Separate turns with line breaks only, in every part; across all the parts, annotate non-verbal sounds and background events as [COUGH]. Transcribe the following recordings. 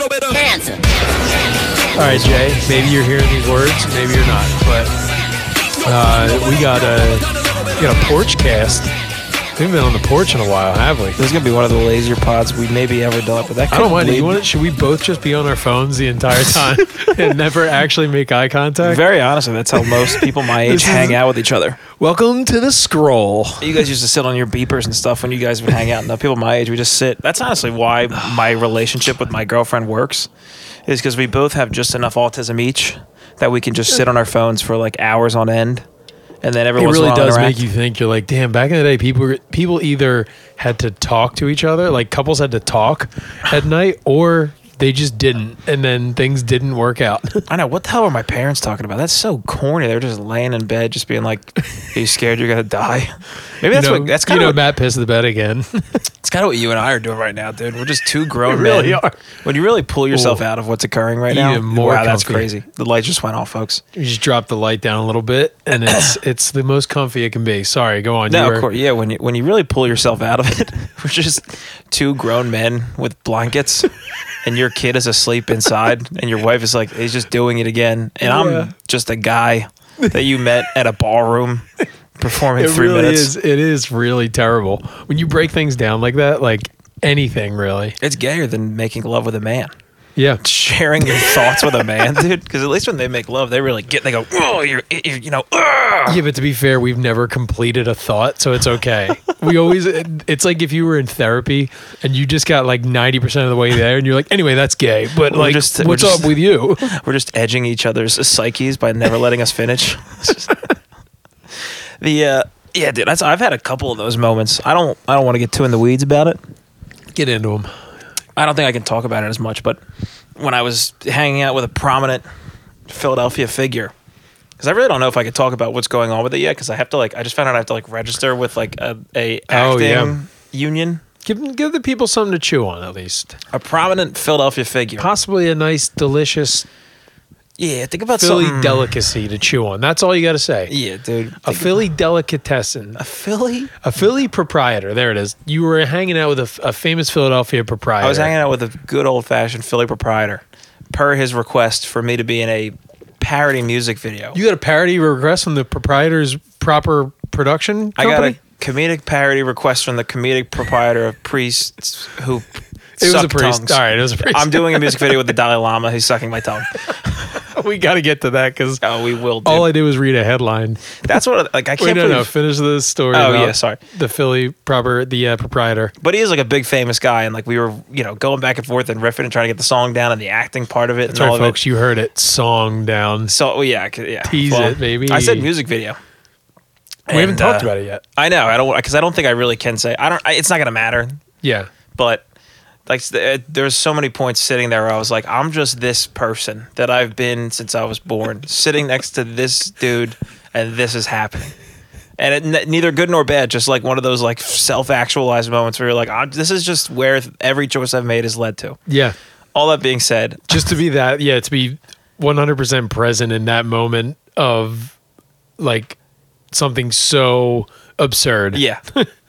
answer.
All right, Jay. Maybe you're hearing these words. Maybe you're not. But uh, we got a we got a porch cast. We've been on the porch in a while, have we?
This is gonna be one of the lazier pods we maybe ever done, but that
I
could
don't mind. it.
lead-
You want it? Should we both just be on our phones the entire
[LAUGHS]
time and never actually make eye contact?
Very honestly, that's how most
[LAUGHS]
people my age
This is-
hang out with each other.
Welcome to the scroll.
You guys used to sit on your beepers and stuff when you guys would hang out. Now people my age, we just sit. That's honestly why my relationship with my girlfriend works, is because we both have just enough autism each that we can just sit on our phones for like hours on end, and then every
It
once in
really
a while
does
interact.
make you think. You're like, damn. Back in the day, people were- people either had to talk to each other, like couples had to talk
[SIGHS]
at night, or they just didn't, and then things didn't work out.
[LAUGHS] I know. What the hell are my parents talking about? That's so corny. They're just laying in bed, just being like, "Are you scared you're gonna die?" Maybe that's
you know,
what. That's
you
kind
know
of.
Matt pissed the bed again. [LAUGHS]
It's kind of what you and I are doing right now, dude. We're just two grown
We really
men.
are.
When you really pull yourself
Ooh.
out of what's occurring right now,
Even more
wow, that's
comfy.
crazy. The lights just went off, folks.
you just drop the light down a little bit, and [COUGHS] it's it's the most comfy it can be. Sorry, go on.
No,
you were-
of course, yeah. When you when you really pull yourself out of it, [LAUGHS] we're just two grown men with
[LAUGHS]
blankets, and your kid is asleep inside, and your wife is like, "He's just doing it again," and
Yeah.
I'm just a guy that you met at a ballroom
[LAUGHS]
performing
It
three
really
minutes.
is. It is really terrible when you break things down like that. Like anything, really.
It's gayer than making love with a man.
Yeah.
Sharing your thoughts with a man, dude. Because at least when they make love, they really get. They go, "Oh, you're, you're you know." Ugh.
Yeah, but to be fair, we've never completed a thought, so it's [LAUGHS] okay. we always, it's like if you were in therapy and you just got like 90% of the way there and you're like, anyway, that's gay, but
We're
like,
just- we're
what's
just-
up with you?
We're just edging each other's psyches by never letting us finish. [LAUGHS] the uh, yeah, dude. That's, I've had a couple of those moments. I don't. I don't want to get too in the weeds about it.
[LAUGHS] Get into them.
I don't think I can talk about it as much. But when I was hanging out with a prominent Philadelphia figure, because I really don't know if I could talk about what's going on with it yet. Because I have to like. I just found out I have to like register with like a, a
Oh,
acting
yeah.
union.
Give, give the people something to chew on at least.
A prominent Philadelphia figure.
Possibly a nice, delicious
Yeah, think about
Philly
something-
delicacy to chew on. That's all you got to say.
Yeah, dude.
A Philly delicatessen.
A Philly.
A Philly proprietor. There it is. You were hanging out with a, f- a famous Philadelphia proprietor.
I was hanging out with a good old fashioned Philly proprietor, per his request for me to be in a parody music video.
You got a parody request from the proprietor's proper production
I
company?
got a comedic parody request from the comedic proprietor of priests who.
[LAUGHS] It was a
suck
priest.
tongues.
All right, it was a priest.
I'm
[LAUGHS]
doing a music video with the Dalai Lama who's sucking my tongue.
we got to get to that because
Oh, we will. do.
all I did was read a headline.
That's what like I can't
Wait, no,
believe.
no. Finish the story.
Oh,
about
yeah, sorry.
The Philly proper, the uh, proprietor.
But he is like a big famous guy, and like we were, you know, going back and forth and riffing and trying to get the song down and the acting part of it
That's
and
right,
all of it.
folks. You heard it. Song down.
So well, yeah, I could- yeah.
Tease
Well,
it, baby.
I said music video.
We haven't
And,
talked
uh,
about it yet.
I know. I don't because I don't think I really can say. I don't. I, it's not gonna matter.
Yeah.
But like s- uh, there's so many points sitting there. Where I was like, I'm just this person that I've been since I
[LAUGHS]
was born, sitting next to this dude, and this is happening. And it, ne- neither good nor bad, just like one of those like self-actualized moments where you're like, i this is just where th- every choice I've made has led to.
Yeah.
All that being said,
Just to be that. Yeah. To be 100% present in that moment of like something so absurd. [LAUGHS]
yeah,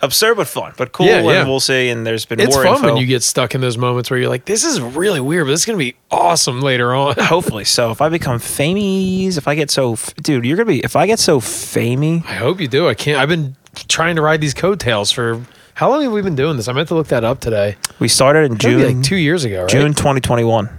absurd but fun, but cool,
Yeah,
and
yeah.
we'll see. And there's been
It's
more
fun
info.
when you get stuck in those moments where you're like, this is really weird, but this is going to be awesome later
[LAUGHS]
on.
Hopefully. So if I become famous, if I get so, f- dude, you're gonna be. If I get so famey,
I hope you do. I can't. I've been trying to ride these coattails for how long have we been doing this? I meant to look that up today.
we started in
June,
June,
like two years ago, right?
June 2021.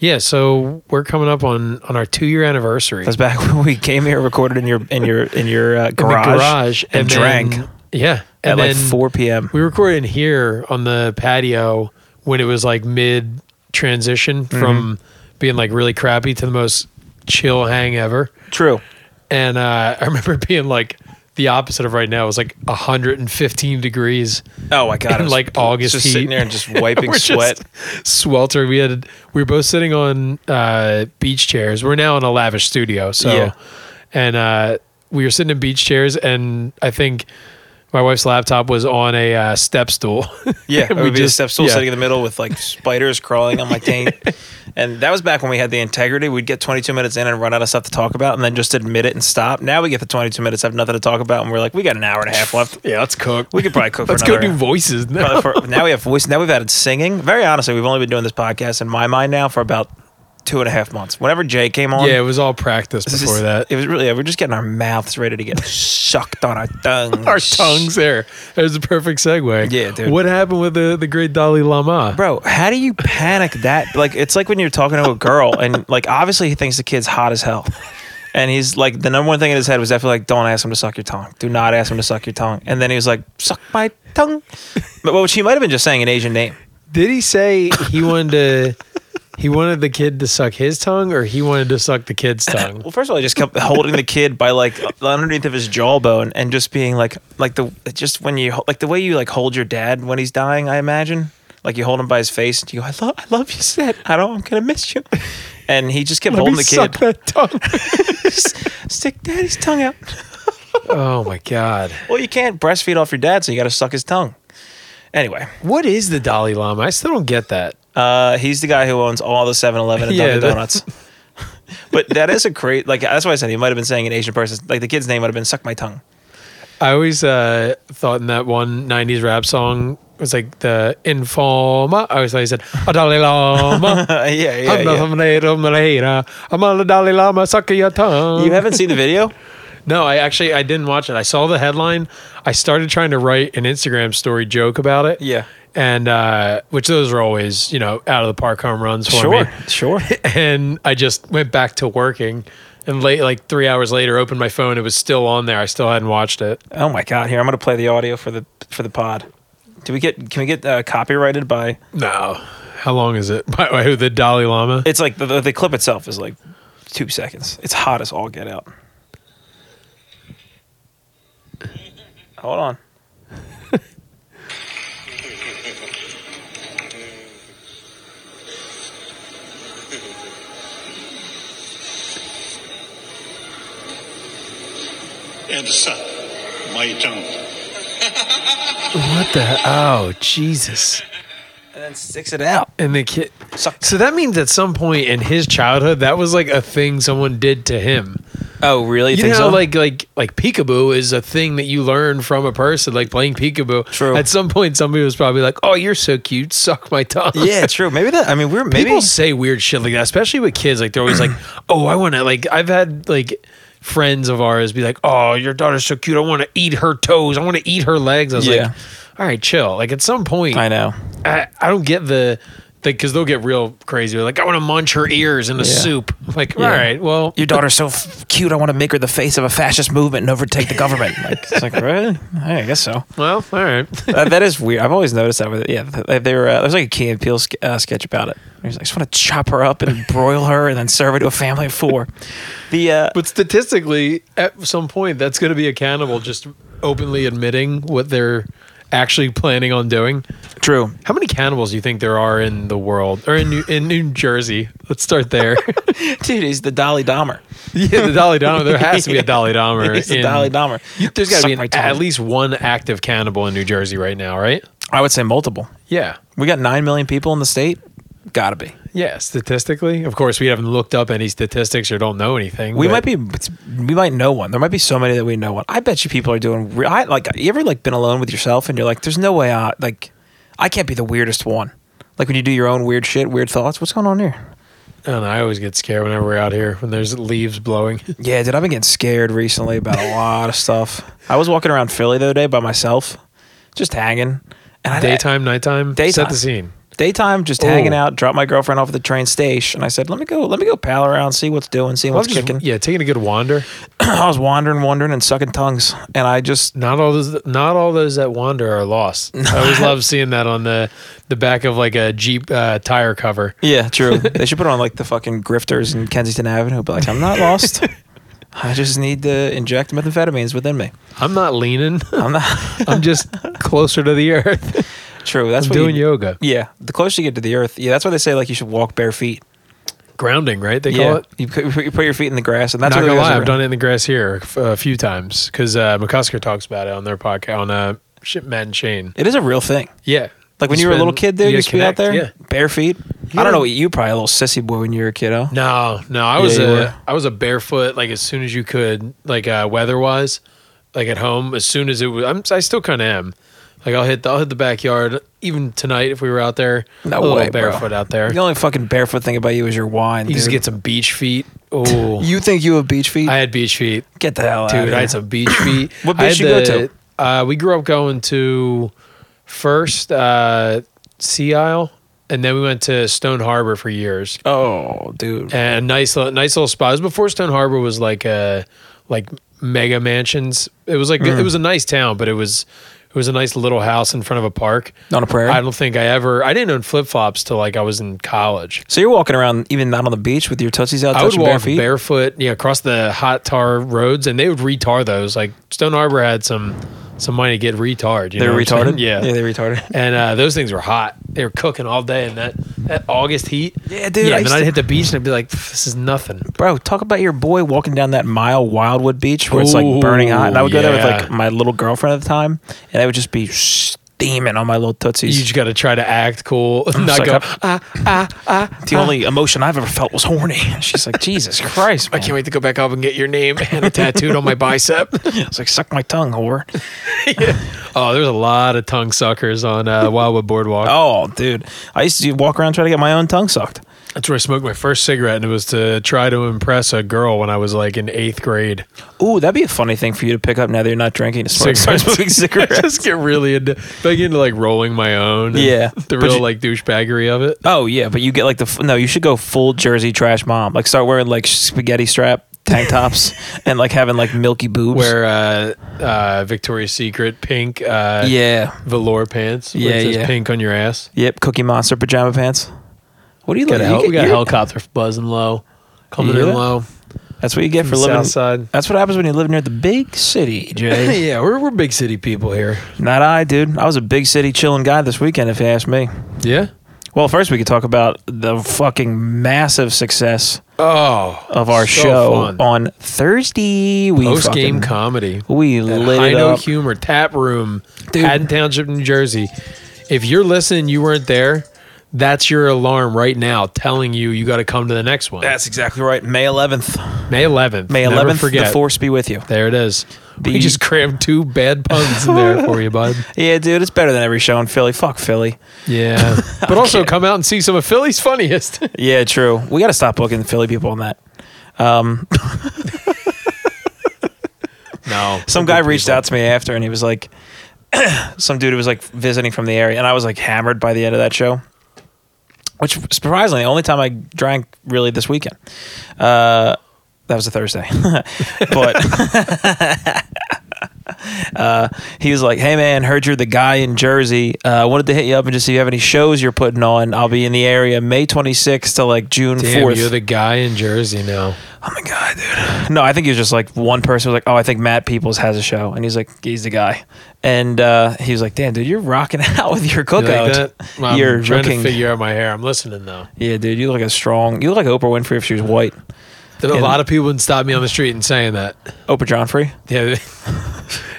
Yeah. So we're coming up on on our two year anniversary.
That's back [LAUGHS] when we came here, recorded in your in your in your uh,
in
garage,
the garage
and, drank
then- yeah.
at
And
like
then
4 p.m.
We recorded in here on the patio when it was like mid transition
Mm-hmm.
from being like really crappy to the most chill hang ever.
True.
And uh, [LAUGHS] I remember being like the opposite of right now. It was like 115 degrees.
Oh my
[LAUGHS]
god!
in
it was
like August
just
heat.
sitting there and just
[LAUGHS]
wiping
We're
sweat.
just sweltering. We had we were both sitting on uh, beach chairs. We're now in a lavish studio, so
Yeah.
and uh, we were sitting in beach chairs, and I think my wife's laptop was on a uh, step stool.
yeah,
[LAUGHS]
it
And
would be
just-
a step stool
yeah. [LAUGHS]
sitting in the middle with like spiders crawling on my taint, And that was back when we had the integrity. We'd get 22 minutes in and run out of stuff to talk about, and then just admit it and stop. Now we get the 22 minutes, have nothing to talk about, and we're like, we got an hour and a
[LAUGHS]
half left.
Yeah, let's cook.
We could probably cook.
Let's
for
go
another,
do voices now.
probably for- now we have voice. Now we've added singing. Very honestly, we've only been doing this podcast in my mind now for about two and a half months. Whenever Jay came on,
Yeah, it was all practice
this is-
before that.
it was really yeah, we're just getting our mouths ready to get sucked on our
[LAUGHS]
tongues.
Our tongues there. That was a perfect segue.
Yeah, dude.
What happened with the, the great Dalai Lama?
Bro, how do you panic that? Like, it's like when you're talking to a girl, and like, obviously, he thinks the kid's hot as hell. And he's like, the number one thing in his head was definitely like, don't ask him to suck your tongue. Do not ask him to suck your tongue. And then he was like, suck my tongue. But well, she might have been just saying an Asian name.
Did he say he wanted to he wanted the kid to suck his tongue or he wanted to suck the [LAUGHS] kid's tongue?
Well, first of all, he just kept holding the kid by like underneath of his jawbone and just being like, like the just when you like the way you like hold your dad when he's dying, I imagine. Like you hold him by his face and you go, I love, I love you, Seth. I don't, I'm gonna miss you. And he just kept
Let me
holding the
suck
kid.
that tongue.
stick daddy's tongue out.
[LAUGHS] oh my god.
Well, you can't breastfeed off your dad, so you got to suck his tongue. Anyway,
What is the Dalai Lama? I still don't get that.
uh, he's the guy who owns all the 7 Eleven [LAUGHS] and
Yeah,
Dunkin'
that-
Donuts. but that is a great, like, that's why I said he might have been saying an Asian person. Like, the kid's name would have been Suck My Tongue. [LAUGHS]
I always uh, thought in that one '90s rap song it was like the Informa. I always thought he said "A Dalai [LAUGHS] Lama."
yeah, yeah.
I'm the
yeah.
Hamnero Malera. I'm on the Dalai Lama. Suck your tongue.
You haven't seen the video?
No, I actually I didn't watch it. I saw the headline. I started trying to write an Instagram story joke about it.
[LAUGHS] Yeah.
And uh, which those are always you know out of the park home runs for me.
sure.
[LAUGHS] and I just went back to working. And late, like three hours later, opened my phone. It was still on there. I still hadn't watched it.
Oh my god! Here, I'm gonna play the audio for the for the pod. Do we get? Can we get uh, copyrighted by?
No. How long is it? [LAUGHS] By the way, the Dalai Lama.
It's like the, the, the clip itself is like two seconds. It's hot as all get out. Hold on.
and suck my tongue.
What the? Oh, Jesus!
And then sticks it out.
And the kid.
Suck.
So that means at some point in his childhood, that was like a thing someone did to him.
Oh, really?
You
think
know,
so?
how,
[LAUGHS]
like like like peekaboo is a thing that you learn from a person, like playing peekaboo.
True.
At some point, somebody was probably like, "Oh, you're so cute. Suck my tongue."
yeah, true. Maybe that. I mean, we're maybe.
People say weird shit like that, especially with kids. Like they're always like, [CLEARS THROAT] "Oh, I want to." Like I've had like friends of ours be like, "Oh, your daughter's so cute. I want to eat her toes. I want to eat her legs." I was
Yeah.
like, "All right, chill." Like at some point,
I know.
I, I don't get the because they'll get real crazy. They're like, "I want to munch her ears in the
Yeah.
soup." I'm like, all
Yeah.
right, well,
Your daughter's so f- cute. I want to make her the face of a fascist movement and overtake the [LAUGHS] government. Like, it's like, really? Yeah, I guess so.
well, all right.
Uh, That- that is weird. I've always noticed that. With it. Yeah, th- they were. Uh, there was like a Key and Peele sk- uh, sketch about it. He was like, I just want to chop her up and broil her and then serve her to a family of four. [LAUGHS] The uh,
[LAUGHS] but statistically, at some point, that's going to be a cannibal just openly admitting what they're actually planning on doing.
true.
How many cannibals do you think there are in the world or in New, in New Jersey? Let's start [LAUGHS] there.
[LAUGHS] Dude, he's the Dolly Dahmer.
yeah, the Dalai Lama. There has to [LAUGHS] be a Dalai Lama.
[LAUGHS] He's the
in-
Dalai Dahmer.
There's got to
Suck
be an-
my tongue.
at least one active cannibal in New Jersey right now, right?
I would say multiple.
Yeah.
We got nine million people in the state. Gotta be.
Yeah, statistically. Of course, we haven't looked up any statistics or don't know anything.
We
but-
might be. We might know one. There might be so many that we know one. I bet you people are doing. Re- I like. You ever like been alone with yourself and you're like, "There's no way I like. I can't be the weirdest one." Like when you do your own weird shit, weird thoughts. What's going on here?
I don't know. I always get scared whenever we're out here when there's leaves
[LAUGHS]
blowing.
Yeah, dude, I've been getting scared recently about a lot of stuff. I was walking around Philly the other day by myself, just hanging. And I,
Daytime, nighttime. Set
uh, Daytime.
the scene.
daytime, just
Oh.
hanging out. Dropped my girlfriend off at the train station. I said, "Let me go. Let me go pal around, see what's doing, see
Well,
what's
just-
kicking."
yeah, taking a good wander.
[CLEARS THROAT] I was wandering, wandering, and sucking tongues, and I just
Not all those. Not all those that wander are
[LAUGHS]
lost. I always love seeing that on the the back of like a jeep uh, tire cover.
Yeah, true. [LAUGHS] they should put on like the fucking grifters in Kensington Avenue. But like, I'm
[LAUGHS]
not lost. I just need to inject methamphetamines within me.
I'm not leaning. [LAUGHS]
I'm not [LAUGHS]
I'm just closer to the earth. [LAUGHS]
true. That's
I'm
what
doing
you,
yoga,
Yeah, the closer you get to the earth, yeah, that's why they say like you should walk bare feet.
grounding. Right? They call
yeah,
it.
you put, you put your feet in the grass, and that's
not
what
gonna
it is
lie, I've
over-
done it in the grass here f- a few times because uh, McCusker talks about it on their podcast on uh, Shit Matt and Shane.
It is a real thing.
Yeah,
Like when you were a
been-
little kid, dude,
yeah,
you used to be out there,
connect,
bare feet. I don't know. You were probably a little sissy boy when you were a kiddo.
No, no, I was
you were.
a I was a barefoot like as soon as you could, like uh, weather wise, like at home. As soon as it was, I'm, I still kind of am. Like I'll hit the I'll hit the backyard even tonight if we were out there.
No
a little
way, bro.
barefoot out there.
The only fucking barefoot thing about you is your wine.
You just
dude.
get some beach
[LAUGHS]
feet. Oh,
You think you have beach feet?
I had beach feat,
get the hell out of
dude.
here.
I had some
[CLEARS THROAT]
beach feet.
What
I had
beach you go
the- Uh, we grew up going to first uh, Sea Isle, and then we went to Stone Harbor for years.
oh, dude.
and nice li- nice little spot. It was before Stone Harbor was like a like mega mansions. It was like
Mm.
it was a nice town, but it was it was a nice little house in front of a park.
On a prairie?
I don't think I ever I didn't own flip flops till like I was in college.
So you're walking around even not on the beach with your tootsies out,
I would
touching bare
walk
feet.
barefoot, yeah, across the hot tar roads, and they would retar those. Like Stone Harbor had some some money to get retard. You
they're
know what I'm
retarded.
saying? yeah.
yeah, they're retarded. [LAUGHS]
and uh, those things were hot. They were cooking all day in that, that August heat.
Yeah, dude,
Yeah,
I
and then
used
I'd
to-
hit the beach and I'd be like, "This is nothing."
Bro, talk about your boy walking down that mile Wildwood Beach where it's like
Ooh,
burning hot. And I would go there with
yeah.
like my little girlfriend at the time, and I would just be steaming on my little tootsies.
You just got to try to act cool, [LAUGHS] not
like,
go.
"Up."
Ah,
the only emotion I've ever felt was horny. [LAUGHS] She's like, Jesus Christ,
I
man.
can't wait to go back up and get your name and a tattooed on my bicep.
[LAUGHS] I was like, suck my tongue, whore.
Oh, there's a lot of tongue suckers on uh, Wildwood Boardwalk.
Oh, dude, I used to walk around trying to get my own tongue sucked.
That's where I smoked my first cigarette, and it was to try to impress a girl when I was like in eighth
[LAUGHS]
grade.
Ooh, that'd be a funny thing for you to pick up now that you're not drinking. to Start, start [LAUGHS] smoking
[LAUGHS]
cigarettes.
just get really into like into like rolling my own. and
Yeah.
the
But
real
you-
like douchebaggery
[LAUGHS]
of it.
Oh yeah, but you get like the f- no. You should go full Jersey trash mom. Like start wearing like spaghetti strap tank tops [LAUGHS] and like having like milky boobs.
Wear uh, uh, Victoria's Secret pink uh,
yeah,
velour pants. where it
Yeah,
says
yeah.
pink on your ass.
yep. Cookie Monster pajama pants. What do you
Got
like?
a
You
hel-
get-
we got a
you're-
helicopter buzzing low, coming
Yeah.
in low.
That's what you get for
the
living.
South Side.
That's what happens when you live near the big city, Jay.
[LAUGHS]
[LAUGHS]
yeah, we're, we're big city people here.
Not I, dude. I was a big city chilling guy this weekend, if you ask me.
Yeah.
Well, first we could talk about the fucking massive success
Oh,
of our
so
show
fun.
on Thursday. We
post game
fucking-
comedy.
we
At
lit
High
it
Note
up.
Humor Tap Room,
Dude.
Haddon Township, New Jersey. If you're listening, you weren't there. That's your alarm right now, telling you you got to come to the next one.
That's exactly right. May 11th.
May 11th.
May
Never
11th,
Forget.
the force be with you.
There it is.
The-
we just crammed two bad puns in there for you,
[LAUGHS]
bud.
Yeah, dude, it's better than every show in Philly. Fuck Philly.
Yeah, but also come out and see some of Philly's
[LAUGHS]
funniest.
Yeah, true. We got to stop booking Philly people on that.
no,
Some guy reached out to me after and he was like, [CLEARS THROAT] some dude who was like visiting from the area, and I was like hammered by the end of that show. Which surprisingly, the only time I drank really this weekend. Uh, that was a Thursday, [LAUGHS] but [LAUGHS] uh, he was like, "Hey man, heard you're the guy in Jersey. Uh, wanted to hit you up and just see if you have any shows you're putting on. I'll be in the area May 26th to like June
Damn,
4th.
you're the guy in Jersey now.
oh my god, dude. No, I think he was just like one person was like, "Oh, I think Matt Peoples has a show," and he's like, "He's the guy." And uh, he was like, "Damn, dude, you're rocking [LAUGHS] out with your
You like
cookout.
that? [LAUGHS] Well, I'm
you're
trying
looking,
to figure out my hair. I'm listening though.
yeah, dude. You look like a strong. You look like Oprah Winfrey if she was white.
There- A
And-
lot of people wouldn't stop me on the street and saying that. [LAUGHS]
Oprah Johnfrey.
Yeah,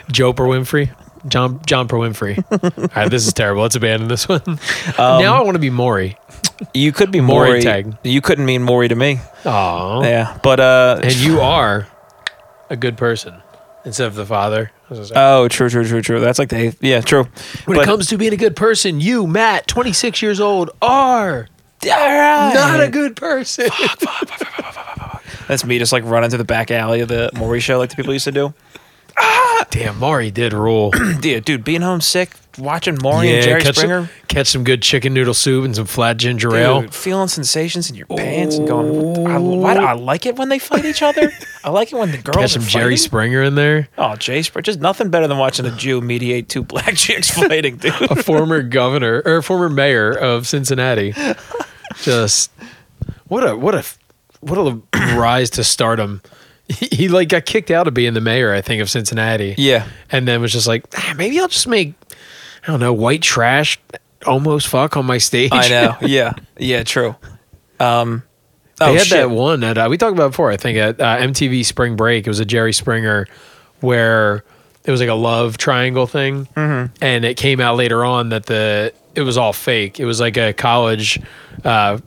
Joe per Winfrey, John John per Winfrey. All right, this is terrible. Let's abandon this one. [LAUGHS] now I want to be Maury.
You could be
Maury
Maury.
tag.
You couldn't mean Maury to me.
Oh,
Yeah, but uh,
and you are a good person instead of the father. I was gonna say,
Oh, true, true, true, true. That's like the eighth. Yeah, true.
when
but,
it comes to being a good person, you Matt, 26 years old, are
[LAUGHS] All right.
not a good [LAUGHS] person.
That's me just like running to the back alley of the Maury show like the people used to do. [CLEARS THROAT]
Damn, Maury did rule.
Yeah, dude, being home sick, watching Maury and Jerry
catch
Springer.
some, catch some good chicken noodle soup and some flat ginger ale.
Dude, feeling sensations in your pants and going, I, why do I like it when they fight each other? I like it when [LAUGHS] the girls
Catch
are
some Jerry
fighting.
Springer in there.
oh, Jay Spr. Just nothing better than watching a Jew mediate two [LAUGHS] black chicks fighting, dude.
a former governor or former mayor of
[LAUGHS]
Cincinnati. Just what a what a what a rise to stardom. He, he like got kicked out of being the mayor, I think, of Cincinnati.
Yeah.
and then was just like, "Ah, maybe I'll just make I don't know white trash almost fuck on my stage. [LAUGHS]
I [LAUGHS] know. Yeah. Yeah, true. Um,
They
oh,
had
shit.
that one that uh, we talked about before. I think at uh, MTV Spring Break, it was a Jerry Springer
Mm-hmm.
where it was like a love triangle thing, and it came out later on that the it was all fake. It was like a college uh,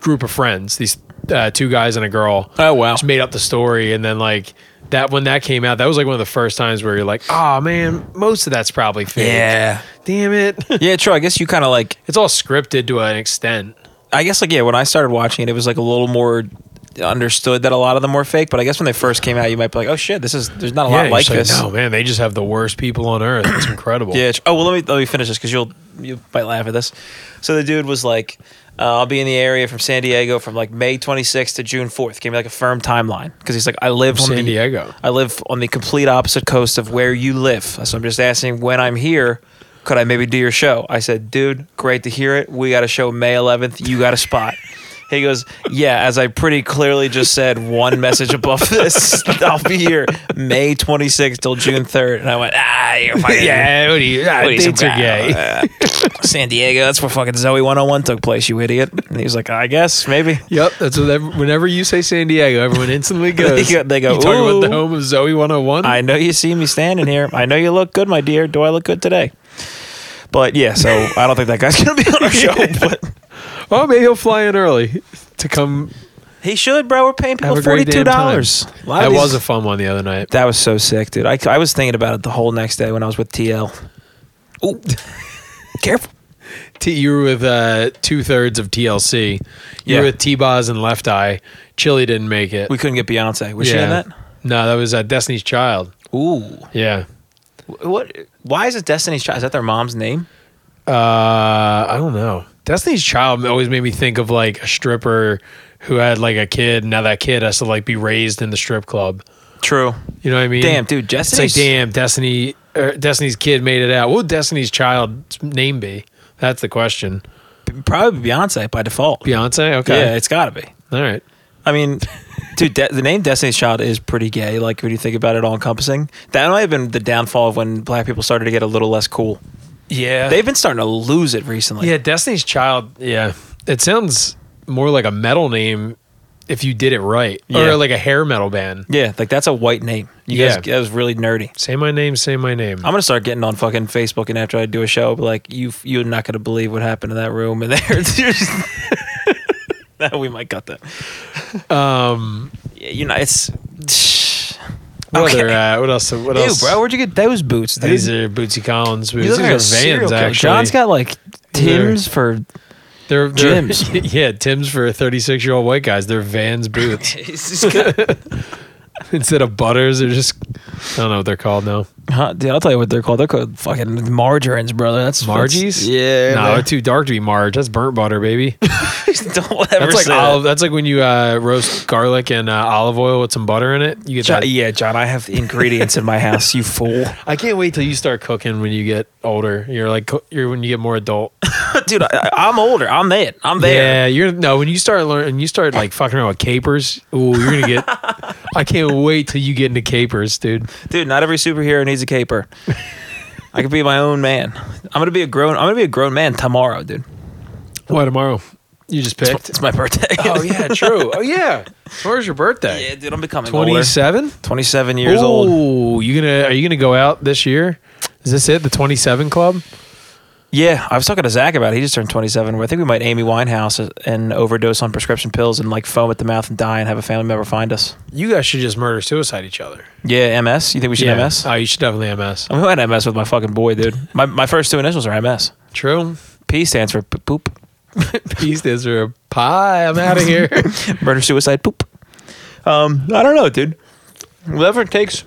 group of friends, these uh, two guys and a girl.
Oh, wow.
Just made up the story, and then like that when that came out, that was like one of the first times where you're like, oh man, most of that's probably fake.
Yeah.
damn it, [LAUGHS]
Yeah, true. I guess you kind of like
it's all scripted to an extent.
I guess like yeah, when I started watching it, it was like a little more understood that a lot of them were fake. But I guess when they first came out, you might be like, oh shit, this is there's not a lot
you're
like
just
this.
No man, they just have the worst people on earth. It's incredible.
[CLEARS THROAT] Yeah. tr- Oh well, let me let me finish this because you'll you might laugh at this. So the dude was like, uh, "I'll be in the area from San Diego from like May 26th to June 4th." Gave me like a firm timeline because he's like, "I live on
San
the,
Diego.
I live on the complete opposite coast of where you live." So I'm just asking when I'm here. Could I maybe do your show? I said, dude, great to hear it. We got a show May 11th. You got a spot. [LAUGHS] He goes, yeah, as I pretty clearly just said, one message above this, [LAUGHS] I'll be here May 26th till June 3rd. And I went, ah, you're
[LAUGHS]
fucking
yeah. What do you? Ah,
what are you, some
dates are
guy?
gay.
Uh, [LAUGHS] San Diego, that's where fucking Zoe 101 took place, you idiot. And he was like, I guess, maybe.
[LAUGHS] Yep, that's what. ev- Whenever you say San Diego, everyone instantly goes.
go- [LAUGHS] they go,
You talking about
"Ooh."
the home of Zoe 101?
I know you see me standing here. I know you look good, my dear. Do I look good today? But yeah, so I don't think that guy's going to be on our [LAUGHS] show, but
oh, maybe he'll fly in early to come.
he should, bro. We're paying people
Have a great damn
$42.
time.
A lot of
That
these-
was a fun one the other night.
That was so sick, dude. I, I was thinking about it the whole next day when I was with TL. Ooh. Careful.
T, you were with uh, two thirds of TLC. You
Yeah.
were with T Boz and Left Eye. Chili didn't make it.
We couldn't get Beyonce. Was she in that?
No, that was uh, Destiny's Child.
Ooh.
Yeah.
What? Why is it Destiny's Child? Is that their mom's name?
Uh, I don't know. Destiny's Child always made me think of like a stripper who had like a kid. and Now that kid has to like be raised in the strip club.
True.
You know what I mean?
Damn, dude,
It's like,
Destiny's.
damn, Destiny, er, Destiny's kid made it out. What would Destiny's child's name be? That's the question.
Probably Beyonce by default.
Beyonce?
Yeah,
Okay.
it's got to be.
All right.
I mean, dude, De- the name Destiny's Child is pretty gay. Like, when you think about it, all encompassing. That might have been the downfall of when black people started to get a little less cool.
Yeah.
They've been starting to lose it recently.
yeah, Destiny's Child. Yeah. It sounds more like a metal name if you did it right
Yeah.
or like a hair metal band.
Yeah, like that's a white name. You
Yeah.
guys, that was really nerdy.
Say my name, say my name.
I'm gonna start getting on fucking Facebook, and after I do a show, be like, you, you're not gonna believe what happened in that room in there. [LAUGHS] Now we might cut that.
Um,
Yeah, you know, it's.
what,
Oh, Okay.
other, uh, what else? What
Ew,
else?
bro, where'd you get those boots? Dude?
These are Bootsy Collins boots.
You
These
look
are
like a serial
Vans,
killer.
actually.
John's got [LAUGHS] like
These are-
Tim's for.
they're, they're,
Jim's.
[LAUGHS] yeah, Tim's for 36 year old white guys. They're Vans boots.
[LAUGHS]
instead of butters they're just i don't know what they're called now
huh, dude, I'll tell you what they're called. They're called fucking margarines, brother. That's
margies
yeah.
no they're too dark to be marge that's burnt butter
[LAUGHS]
baby
don't ever
that's like
say
olive
that.
that's like when you uh, roast garlic and uh, olive oil with some butter in it you get
John,
that.
yeah, John, I have the ingredients in my house. You [LAUGHS] fool,
i can't wait till you start cooking when you get older you're like co- you're when you get more adult
dude. I, I'm older. I'm it. I'm there.
yeah you're no when you start learning you start like fucking around with capers ooh you're gonna
[LAUGHS]
get i can't wait till you get into capers dude
dude. Not every superhero needs a caper. I could be my own man. I'm gonna be a grown. I'm gonna be a grown man tomorrow, dude.
why tomorrow you just picked
It's my birthday. [LAUGHS]
oh yeah true oh yeah where's your birthday
yeah, dude. I'm becoming older.
27
27 years old.
Ooh, you gonna are you gonna go out this year? Is this it? The twenty seven club?
Yeah, I was talking to Zach about it. He just turned 27. I think we might Amy Winehouse and overdose on prescription pills and like foam at the mouth and die and have a family member find us.
You guys should just murder suicide each other.
Yeah, MS. You think we should MS?
Oh, you should definitely MS.
I'm going to MS with my fucking boy, dude. My, my first two initials are MS.
True.
P stands for p- poop.
Peace is a pie. I'm out of here.
Murder, suicide, poop. Um, I don't know, dude. Whatever it takes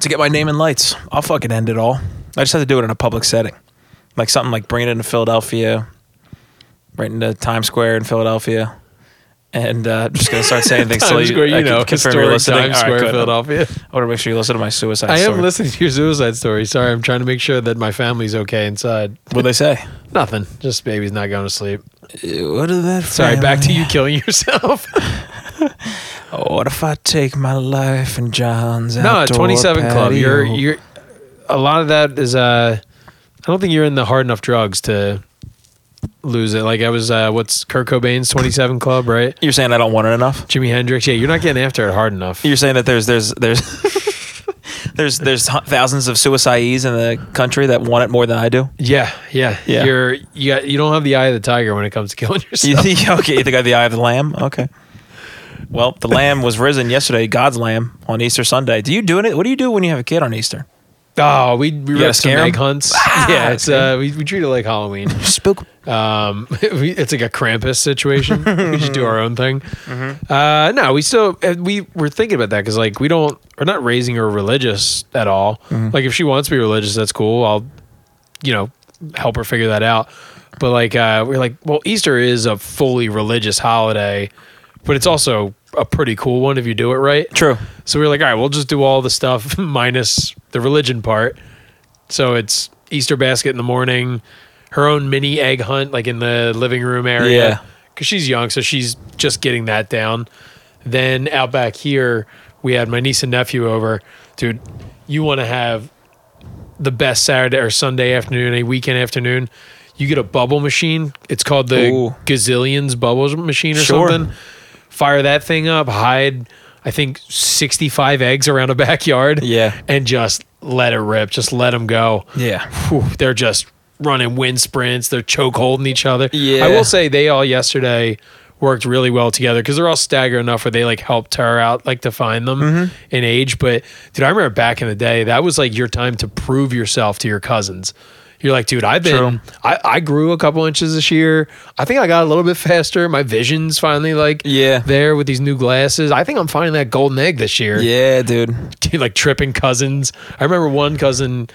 to get my name in lights, I'll fucking end it all. I just have to do it in a public setting, like something like bringing it into Philadelphia, right into Times Square in Philadelphia, and uh, I'm just gonna start [LAUGHS] saying things. till
Times Square,
I
you
can
know,
confirm
historic
you're
Times
listening. All right,
Square,
good.
Philadelphia.
I want to make sure you listen to my suicide.
I am
story.
listening to your suicide story. Sorry, I'm trying to make sure that my family's okay inside.
What they [LAUGHS] say?
[LAUGHS] Nothing. Just baby's not going to sleep.
What is that?
Sorry, back to you killing yourself. [LAUGHS]
What if I take my life and John's?
no,
outdoor
27 club. You're
patio?
you're a lot of that is uh I don't think you're in the hard enough drugs to lose it. Like I was uh what's Kurt Cobain's 27 club, right?
You're saying I don't want it enough.
Jimi Hendrix. Yeah, you're not getting after it hard enough. [LAUGHS]
You're saying that there's there's there's There's there's hu- thousands of suicidees in the country that want it more than
[LAUGHS]
I do.
Yeah, yeah,
Yeah.
You're you got, you don't have the eye of the tiger when it comes to killing
You
yourself. [LAUGHS]
think- okay, you think I have the eye of the lamb? Okay. Well, the lamb was risen yesterday, God's lamb on Easter Sunday. Do you do it? What do you do when you have a kid on Easter?
oh, we we
gotta
rip some
scare 'em?
egg hunts.
Ah!
[LAUGHS] yeah, it's uh, we, we treat it like Halloween.
Spook.
Um, [LAUGHS] we, it's like a Krampus situation. we just do our own thing. Uh, no, we still uh, we we're thinking about that because like we don't we're not raising her religious at all. Like if she wants to be religious, that's cool. I'll you know help her figure that out. But like uh, we're like, well, Easter is a fully religious holiday, but it's also a pretty cool one if you do it right.
True.
So we were like, all right, we'll just do all the stuff [LAUGHS] minus the religion part. So it's Easter basket in the morning, her own mini egg hunt, like in the living room area.
Yeah.
Cause she's young, so she's just getting that down. Then out back here, we had my niece and nephew over. Dude, you want to have the best Saturday or Sunday afternoon, a weekend afternoon. You get a bubble machine. It's called the
Ooh.
Gazillions Bubble Machine or
Sure.
something fire that thing up, hide, I think, 65 eggs around a [LAUGHS] backyard.
Yeah.
And just let it rip. Just let them go.
Yeah.
Whew, they're just running wind sprints. They're choke holding each other.
Yeah.
I will say they all yesterday worked really well together because they're all stagger enough where they like helped her out, like to find them
Mm-hmm.
in age. But dude, I remember back in the day, that was like your time to prove yourself to your cousins. You're like, dude, I've
True.
been, I, I grew a couple inches this year. I think I got a little bit faster. My vision's finally like,
Yeah.
there with these new glasses. I think I'm finding that golden egg this year
Yeah, dude.
[LAUGHS] like tripping cousins. I remember one cousin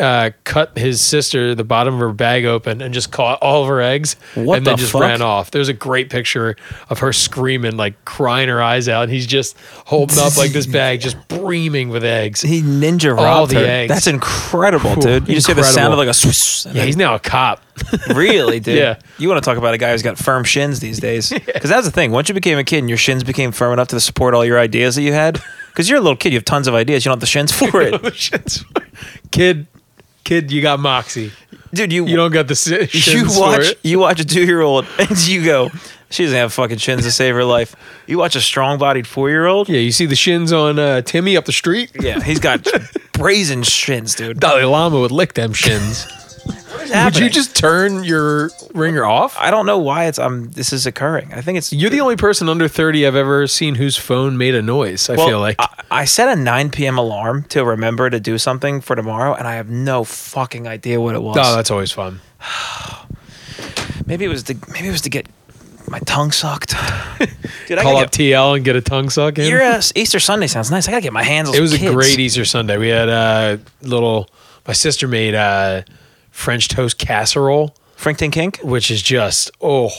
uh, cut his sister the bottom of her bag open and just caught all of her eggs
What
and then
the
just
fuck?
ran off. There's a great picture of her screaming, like crying her eyes out. And he's just holding up like
[LAUGHS]
this bag, just breaming with eggs.
He ninja robbed
All the
her.
eggs.
That's incredible,
Whew,
dude. You just hear the sound of
incredible.
like a swish. and
Yeah, he's now a cop. [LAUGHS]
Really, dude?
Yeah.
You want to talk about a guy who's got firm shins these
[LAUGHS]
days? Because that's the thing. Once you became a kid and your shins became firm enough to support all your ideas that
[LAUGHS]
you had, because you're a little kid, you have tons of ideas. You don't have the shins for it.
[LAUGHS] kid, kid, you got moxie.
Dude, you,
You don't got the si-
you
shins for
watch
it.
you watch a two year old [LAUGHS] and you go, she doesn't have fucking shins to save her life. You watch a strong bodied four year old.
Yeah, you see the shins on uh, Timmy up the street.
Yeah,
[LAUGHS]
he's got brazen shins, dude.
Dalai Lama would lick them shins.
What is
Would
[LAUGHS] happening?
you just turn your ringer off?
I don't know why it's um this is occurring. I think it's
You're the only person under 30 I've ever seen whose phone made a noise, I
Well, uh,
feel like.
I, I set a 9 p.m. alarm to remember to do something for tomorrow, and I have no fucking idea what it was.
oh, that's always fun.
maybe it was to maybe it was to get my tongue sucked. [LAUGHS] Dude,
Call
I
up
got
TL and get a tongue suck in.
your uh, Easter Sunday sounds nice. I gotta get my hands. on
it was
some
a
kids.
great E- Easter Sunday. We had a little, my sister made uh French toast casserole,
Frink Tink Kink.
which is just, oh,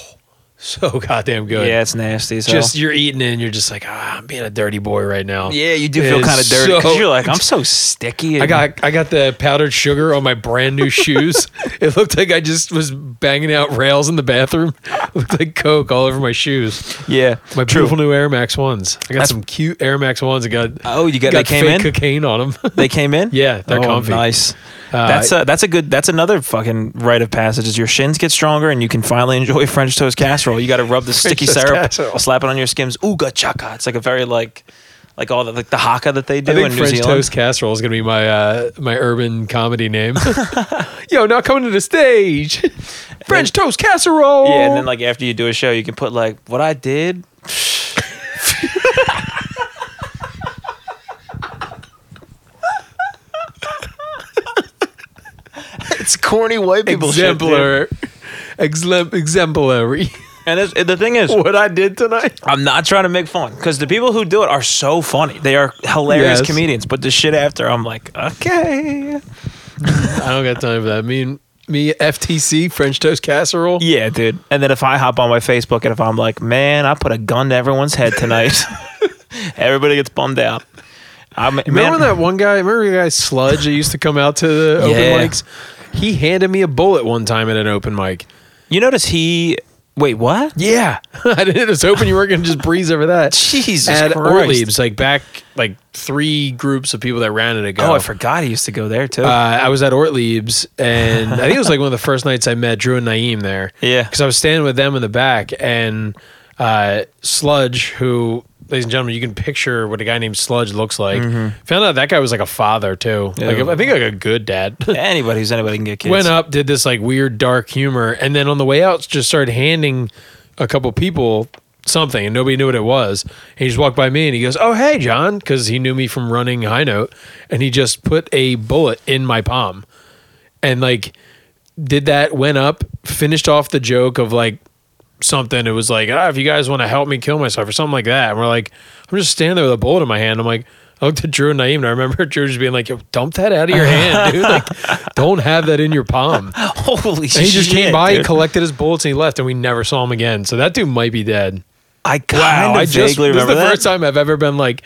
so [LAUGHS] goddamn good.
Yeah, it's nasty. So.
Just you're eating it and you're just like, ah, I'm being a dirty boy right now.
yeah, you do
It
feel
is
kind of dirty because
so-
you're like,
[LAUGHS]
I'm so sticky.
I
and-
got I got the powdered sugar on my brand new
[LAUGHS]
shoes. it looked like I just was banging out rails in the bathroom. looked like coke all over my shoes.
yeah,
My
true.
beautiful new Air Max ones. I got
That's-
some cute Air Max ones. I got
Oh, you got-
got
they came
fake
in?
cocaine on them.
They came in.
Yeah, they're
oh,
comfy.
Nice.
Uh,
that's a that's a good that's another fucking rite of passage. Is your shins get stronger and you can finally enjoy [LAUGHS] French toast casserole. You got to rub the sticky
toast
syrup,
casserole.
slap it on your skins. Ooga chaka. It's like a very like like all the like the haka that they
[LAUGHS]
do
I
in
think
New
French
Zealand.
toast casserole is gonna be my uh, my urban comedy
[LAUGHS]
name. [LAUGHS] Yo, now coming to the stage, French toast casserole.
Yeah, and then like after you do a show, you can put like what I did. it's corny white people shit, dude.
exemplar, exempl-
[LAUGHS]
exemplary.
And it's, the thing is,
what I did tonight.
I'm not trying to make fun because the people who do it are so funny. They are hilarious
Yes.
comedians. But the shit after, I'm like, okay,
I don't got time for that. Me and me FTC French toast casserole.
yeah, dude. And then if I hop on my Facebook and if I'm like, man, I put a gun to everyone's head tonight, [LAUGHS] everybody gets bummed out. I'm,
Remember
man,
that one guy? Remember the guy Sludge that used to come out to the open
Yeah.
mics? He handed me a bullet one time at an open mic. [LAUGHS]
You notice he? Wait, what?
Yeah, I didn't just hoping you weren't going to just breeze over that.
Jesus
at
Christ.
Ortlieb's, like back like three groups of people that ran it ago.
Oh, I forgot he used to go there too.
uh, I was at Ortlieb's, and I think it was like one of the first nights I met Drew and Naeem there.
Yeah.
because I was standing with them in the back, and uh, Sludge, who ladies and gentlemen, you can picture what a guy named Sludge looks like. Found out that guy was like a father too. Like
Yeah.
I think like a good dad. [LAUGHS]
Anybody who's anybody can get kids.
Went up, did this like weird dark humor, and then on the way out just started handing a couple people something, and nobody knew what it was. And he just walked by me and he goes, "Oh hey, John," because he knew me from running high note, and he just put a bullet in my palm, and like did that, went up, finished off the joke of like something. It was like, ah, if you guys want to help me kill myself or something like that. And we're like, I'm just standing there with a bullet in my hand. I'm like, I looked at Drew and Naeem, and I remember [LAUGHS] Drew just being like, Yo, dump that out of your hand, [LAUGHS] dude. Like, don't have that in your palm. And
[LAUGHS] Holy shit.
he just came by and
dude.
collected his bullets and he left, and we never saw him again. So that dude might be dead.
I kind of
I just,
vaguely
this is
remember
the
that.
first time I've ever been like,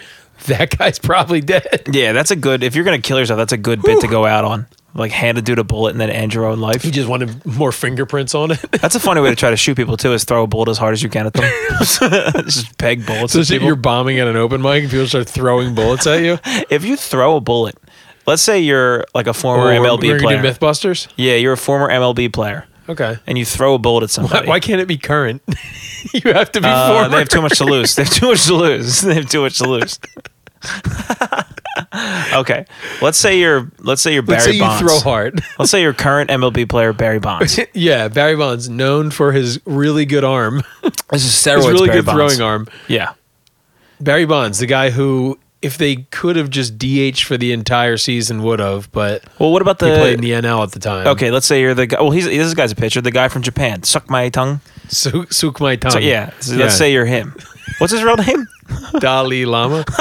that guy's probably dead.
Yeah, that's a good. If you're gonna kill yourself, that's a good bit to go out on. Like hand a dude a bullet and then end your own life.
He just wanted more fingerprints on it.
That's a funny way to try to shoot people too. Is throw a bullet as hard as you can at them. [LAUGHS] just peg bullets.
so
at people.
you're bombing at an open mic and people start throwing bullets at you.
if you throw a bullet, let's say you're like a former
Or
MLB
we're gonna
player.
do MythBusters.
yeah, you're a former MLB player,
Okay.
and you throw a bullet at
Why,
somebody.
why can't it be current? [LAUGHS] you have to be
Uh,
former.
they have too much to lose. They have too much to lose. [LAUGHS] They have too much to lose. okay, let's say you're let's say you're Barry
Let's say you
Bonds.
throw
[LAUGHS]
hard. [LAUGHS]
Let's say your current MLB player Barry Bonds.
yeah, Barry Bonds, known for his really good arm,
This is steroids.
his really
Barry
good
Bonds.
throwing arm.
Yeah.
Barry Bonds, the guy who, if they could have just DH for the entire season, would have, but
Well, what about
he played in
the?
the NL at the time.
Uh, Okay, let's say you're the guy. Well, he's this guy's a pitcher. The guy from Japan. Suck my tongue.
Su- Suk my tongue.
So yeah, so let's say you're him. What's his real name?
Dalai Lama. [LAUGHS]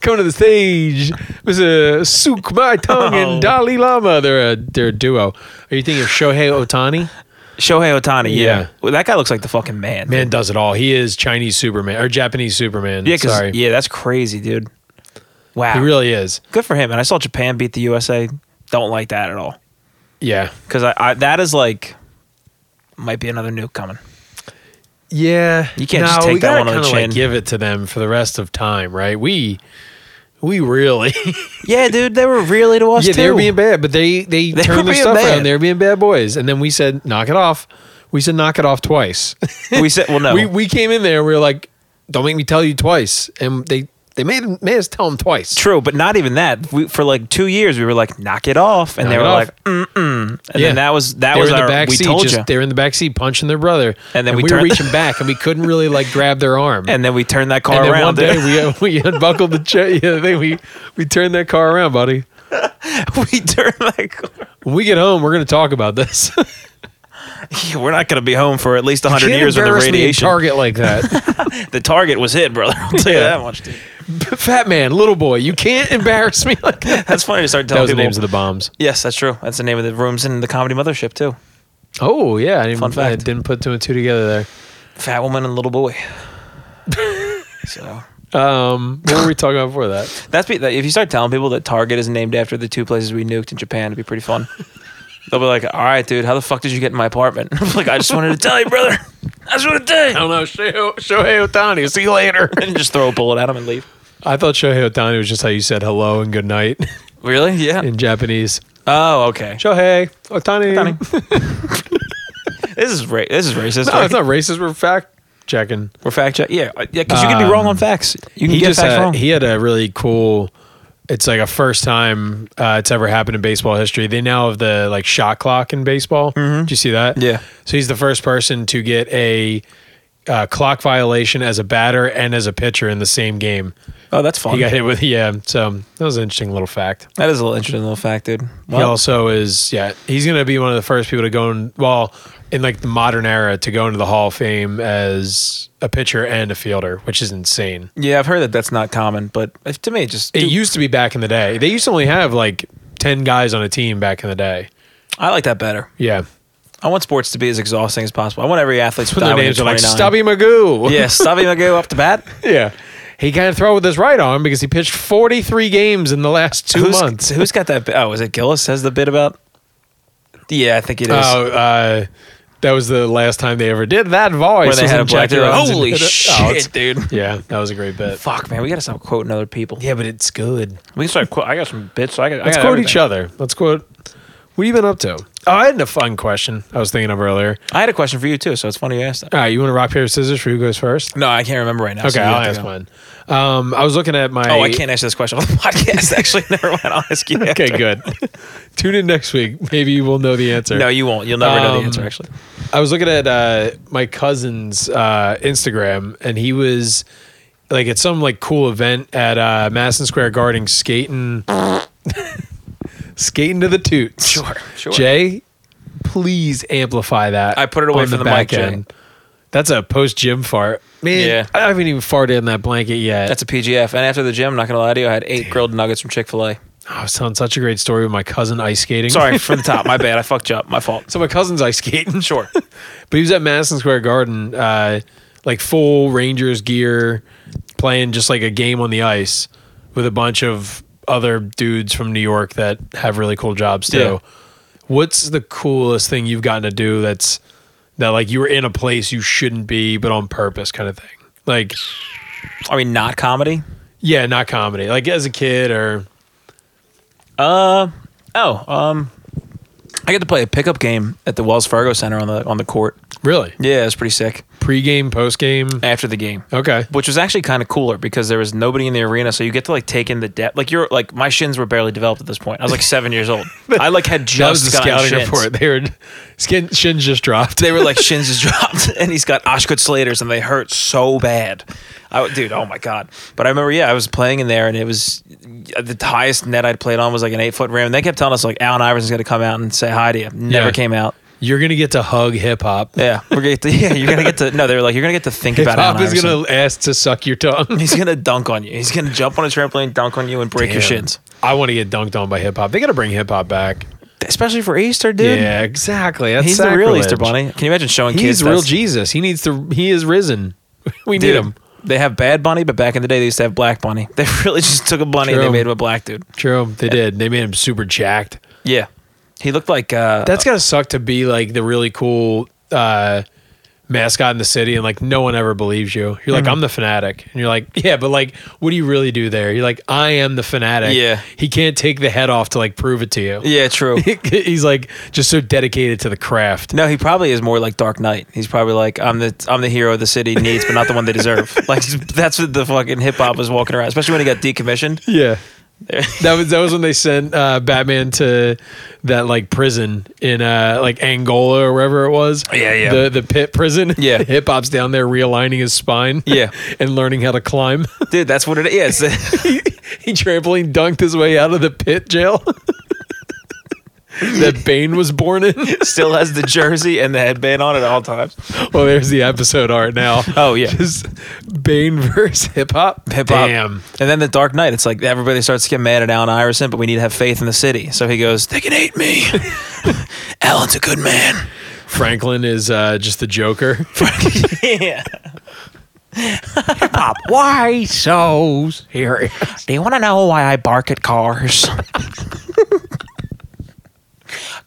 Coming to the stage, Mr. Suk My Tongue
Oh.
and Dalai Lama. They're a, they're a duo. Are you thinking of Shohei Otani?
Shohei Otani. Yeah.
Yeah.
Well, that guy looks like the fucking man.
Man does it all. He is Chinese Superman or Japanese Superman.
Yeah, 'cause-
sorry.
yeah, that's crazy, dude. Wow.
He really is.
Good for him. And I saw Japan beat the USA. Don't like that at all.
Yeah.
Because I, I that is like might be another nuke coming.
Yeah.
You can't just take
we
that
gotta
one on the
kinda, like,
chin.
give it to them for the rest of time, right? We we really
Yeah, dude, they were really to [LAUGHS] us
Yeah,
too.
they were being bad, but they they,
They were
turned their
being
stuff
bad.
around. They were being bad boys. And then we said, knock it off. We said knock it off twice. [LAUGHS]
we said, well, no,
we we came in there, we were like, Don't make me tell you twice. And they they made made us tell them twice.
True, but not even that. We, for like two years, we were like, "Knock it off," and
Knock it
they were
off.
like, "Mm mm." And
Yeah.
then that was that
they
was
were in
our.
the back
we
seat,
told
just,
you,
they were in the back seat punching their brother,
And then we
we, were
turned-
reaching back, and we couldn't really like grab their arm.
[LAUGHS] and then we turned that car
and then
around.
one day
dude.
we uh, we [LAUGHS] unbuckled the chair. Yeah, then we we turned that car around, buddy.
[LAUGHS] we turned that car.
When we get home, we're gonna talk about this. [LAUGHS]
Yeah, We're not gonna be home for at least hundred
Can't
years with the
embarrass me in
radiation.
target like
[LAUGHS]
that.
The target was hit, brother. [LAUGHS] I'll tell you
Yeah.
that much. Dude.
Fat man, little boy, you can't embarrass me like that.
That's funny to start
That
telling
was the
people.
names of the bombs.
yes, that's true. That's the name of the rooms in the comedy mothership too.
Oh yeah, I didn't,
Fun fact.
I didn't put two and two together there.
Fat woman and
[LAUGHS]
little boy. so
Um, what were we talking about before that?
that's be, if you start telling people that Target is named after the two places we nuked in Japan, it'd be
[LAUGHS]
pretty fun. They'll be like, "All right, dude, how the fuck did you get in my apartment?" [LAUGHS] I'm like, "I just wanted to tell you, brother. I just wanted to tell
[LAUGHS]
you."
don't know. Shohei, Shohei Otani. See you later.
And just throw a bullet at him and leave.
I thought Shohei Otani was just how you said hello and good night [LAUGHS]
Really? Yeah.
in Japanese.
Oh, okay.
Shohei Otani.
Funny. [LAUGHS] this is ra- this is
[LAUGHS]
racist.
No,
right?
it's not racist. We're fact checking.
We're fact check. Yeah, uh, yeah, because you can be wrong on facts. You can
Um, he
get
just
facts
had,
wrong.
he had a really cool it's like a first time uh, it's ever happened in baseball history they now have the like shot clock in baseball do you see that
Mm-hmm. Yeah.
so he's the first person to get a uh, clock violation as a batter and as a pitcher in the same game
oh, that's fun.
he got hit with yeah so that was an interesting little fact
that is a little interesting little fact, dude.
he
Well,
also is yeah he's gonna be one of the first people to go in well in like the modern era to go into the hall of fame as a pitcher and a fielder which is insane
yeah, I've heard that that's not common, but if, to me, it just
It
dude,
used to be back in the day. They used to only have like 10 guys on a team back in the day.
I like that better.
Yeah.
I want sports to be as exhausting as possible. I want every athlete to
When
die
their
when
names
they're
are like
29.
Stubby Magoo.
[LAUGHS] Yeah, Stubby Magoo up to bat.
[LAUGHS] yeah. He can't throw with his right arm because he pitched 43 games in the last two
who's,
months.
[LAUGHS] Who's got that? bit- Oh, was it Gillis has the bit about? Yeah, I think it is.
Oh, uh, that was the last time they ever did that voice.
Where they
was
had
in
a black
Jackie
dude.
Robinson.
Holy
[LAUGHS] Oh, it's-
shit, dude.
Yeah, that was a great bit.
Fuck, man, we gotta stop quoting other people.
Yeah, but it's good.
We can start. Qu- I got some bits. I got.
Let's
I got
quote
everything.
each other. Let's quote. What you been up to? Oh, I had a fun question I was thinking of earlier.
I had a question for you too, so it's funny you asked that.
All right, you want to rock, paper, scissors for who goes first?
No, I can't remember right now.
Okay,
so you
I'll
have to
ask
go.
one. Um, I was looking at my.
Oh, I can't answer this question on the [LAUGHS] podcast. Actually, never mind. I'll ask you.
[LAUGHS] Okay,
after.
good. Tune in next week. Maybe you will know the answer.
No, you won't. You'll never know
Um,
the answer. Actually,
I was looking at uh, my cousin's uh, Instagram, and he was like at some like cool event at uh, Madison Square Garden, skating, [LAUGHS] skating to the toots.
Sure, sure.
Jay, please amplify that.
I put it away
on
from the mic,
back end. That's a post gym fart, man.
Yeah.
I haven't even farted in that blanket yet.
that's a PGF. And after the gym, I'm not gonna lie to you, I had eight grilled nuggets from Chick Fil A.
I was telling such a great story with my cousin ice skating.
Sorry from the top. My bad. I fucked you up. My fault.
[LAUGHS] So my cousin's ice skating.
Sure.
But he was at Madison Square Garden, uh, like full Rangers gear, playing just like a game on the ice with a bunch of other dudes from New York that have really cool jobs too.
Yeah.
What's the coolest thing you've gotten to do that's that like you were in a place you shouldn't be, but on purpose kind of thing? Like,
I mean, not comedy.
yeah, not comedy. Like as a kid or
Oh, um, I get to play a pickup game at the Wells Fargo Center on the on the court.
really
Yeah, it's pretty sick.
pregame, postgame.
After the game.
Okay.
which was actually kind of cooler because there was nobody in the arena, so you get to like take in the depth. Like you're like my shins were barely developed at this point. I was like seven years
[LAUGHS]
old. I like had
That was
just
the
gotten
scouting
shins.
report. They were [LAUGHS] skin shins just dropped.
They were like shins is [LAUGHS] dropped, and he's got Oshkosh Slaters, and they hurt so bad. I dude, oh my god! But I remember, yeah, I was playing in there, and it was uh, the highest net I'd played on was like an eight foot rim. And they kept telling us like Allen Iverson's going to come out and say hi to you. Never
Yeah.
came out.
You're gonna get to hug hip hop.
Yeah, we're gonna get to, [LAUGHS] yeah, you're gonna get to no. They were like you're gonna get to think
Hip
about Allen
hop is
Iverson.
gonna ask to suck your tongue.
He's gonna dunk on you. He's gonna jump on a trampoline, dunk on you, and break your shins.
I want to get dunked on by hip hop. They gotta bring hip hop back.
especially for Easter, dude.
yeah, exactly. That's
he's the real
sacrilege.
Easter bunny. Can you imagine showing kids?
He's real
that's-
Jesus. He needs to. He is risen. [LAUGHS] We need
Dude,
him.
They have bad bunny, but back in the day they used to have black bunny. [LAUGHS] They really just took a bunny and
True.
they made him a black dude.
True. They did. They made him super jacked.
Yeah, he looked like uh,
That's gotta suck to be like the really cool uh, mascot in the city, and like no one ever believes you. You're
Mm-hmm.
like, I'm the fanatic, and you're like, yeah, but like, what do you really do there? You're like, I am the fanatic.
Yeah.
He can't take the head off to like prove it to you.
yeah, true.
[LAUGHS] he's like just so dedicated to the craft.
No, he probably is more like Dark Knight. He's probably like I'm the I'm the hero the city needs, but not the one they
[LAUGHS]
deserve. like that's what the fucking hip hop was walking around, especially when he got decommissioned.
Yeah. [LAUGHS] that was that was when they sent uh, Batman to that like prison in uh, like Angola or wherever it was.
Yeah, yeah.
The the pit prison. [LAUGHS]
Yeah.
hip hop's down there realigning his spine.
Yeah.
[LAUGHS] and learning how to climb. [LAUGHS]
Dude, that's what it is. [LAUGHS]
he trampoline dunked his way out of the pit jail [LAUGHS] that Bane was born
[LAUGHS]
in.
Still has the jersey and the headband on at all times.
well, there's the episode art now.
Oh, [LAUGHS] yeah.
[LAUGHS] just Bane versus hip hop.
hip hop.
Damn.
And then the Dark Knight, it's like everybody starts to get mad at Alan Iverson, but we need to have faith in the city. So he goes, They can hate me. [LAUGHS] Alan's a good man.
Franklin is uh, just the Joker.
yeah.
Why so serious?
Do you want to know why I bark
[LAUGHS]
at cars?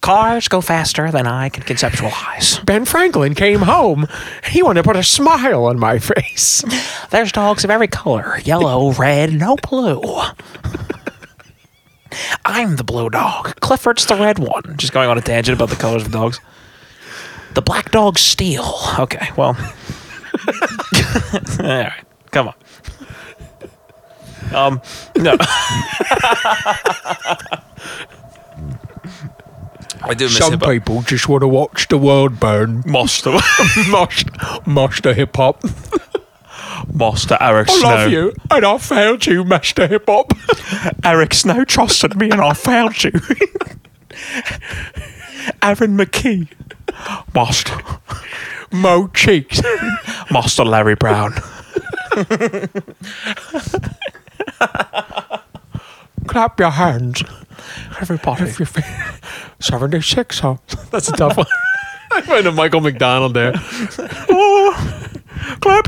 cars go faster than I can conceptualize.
Ben Franklin came home. He wanted to put a smile on my face.
There's dogs of every color yellow, red, no blue. I'm the blue dog. Clifford's the red one. Just going on a tangent about the colors of dogs. The black dog, Steel. Okay, well. [LAUGHS] All right, come on. Um, no. I do miss hip hop.
people just want to watch the world burn. [LAUGHS]
Master,
Master, master hip hop.
[LAUGHS] Master Eric Snow.
and I found you, Master Hip Hop.
[LAUGHS] Eric Snow trusted me and I found you. [LAUGHS] Aaron McKee. Master.
Mo cheeks.
Master Larry Brown.
Clap your hands.
Everybody.
Seventy six. That's a tough one. [LAUGHS] I find a Michael McDonald [LAUGHS] there.
Clap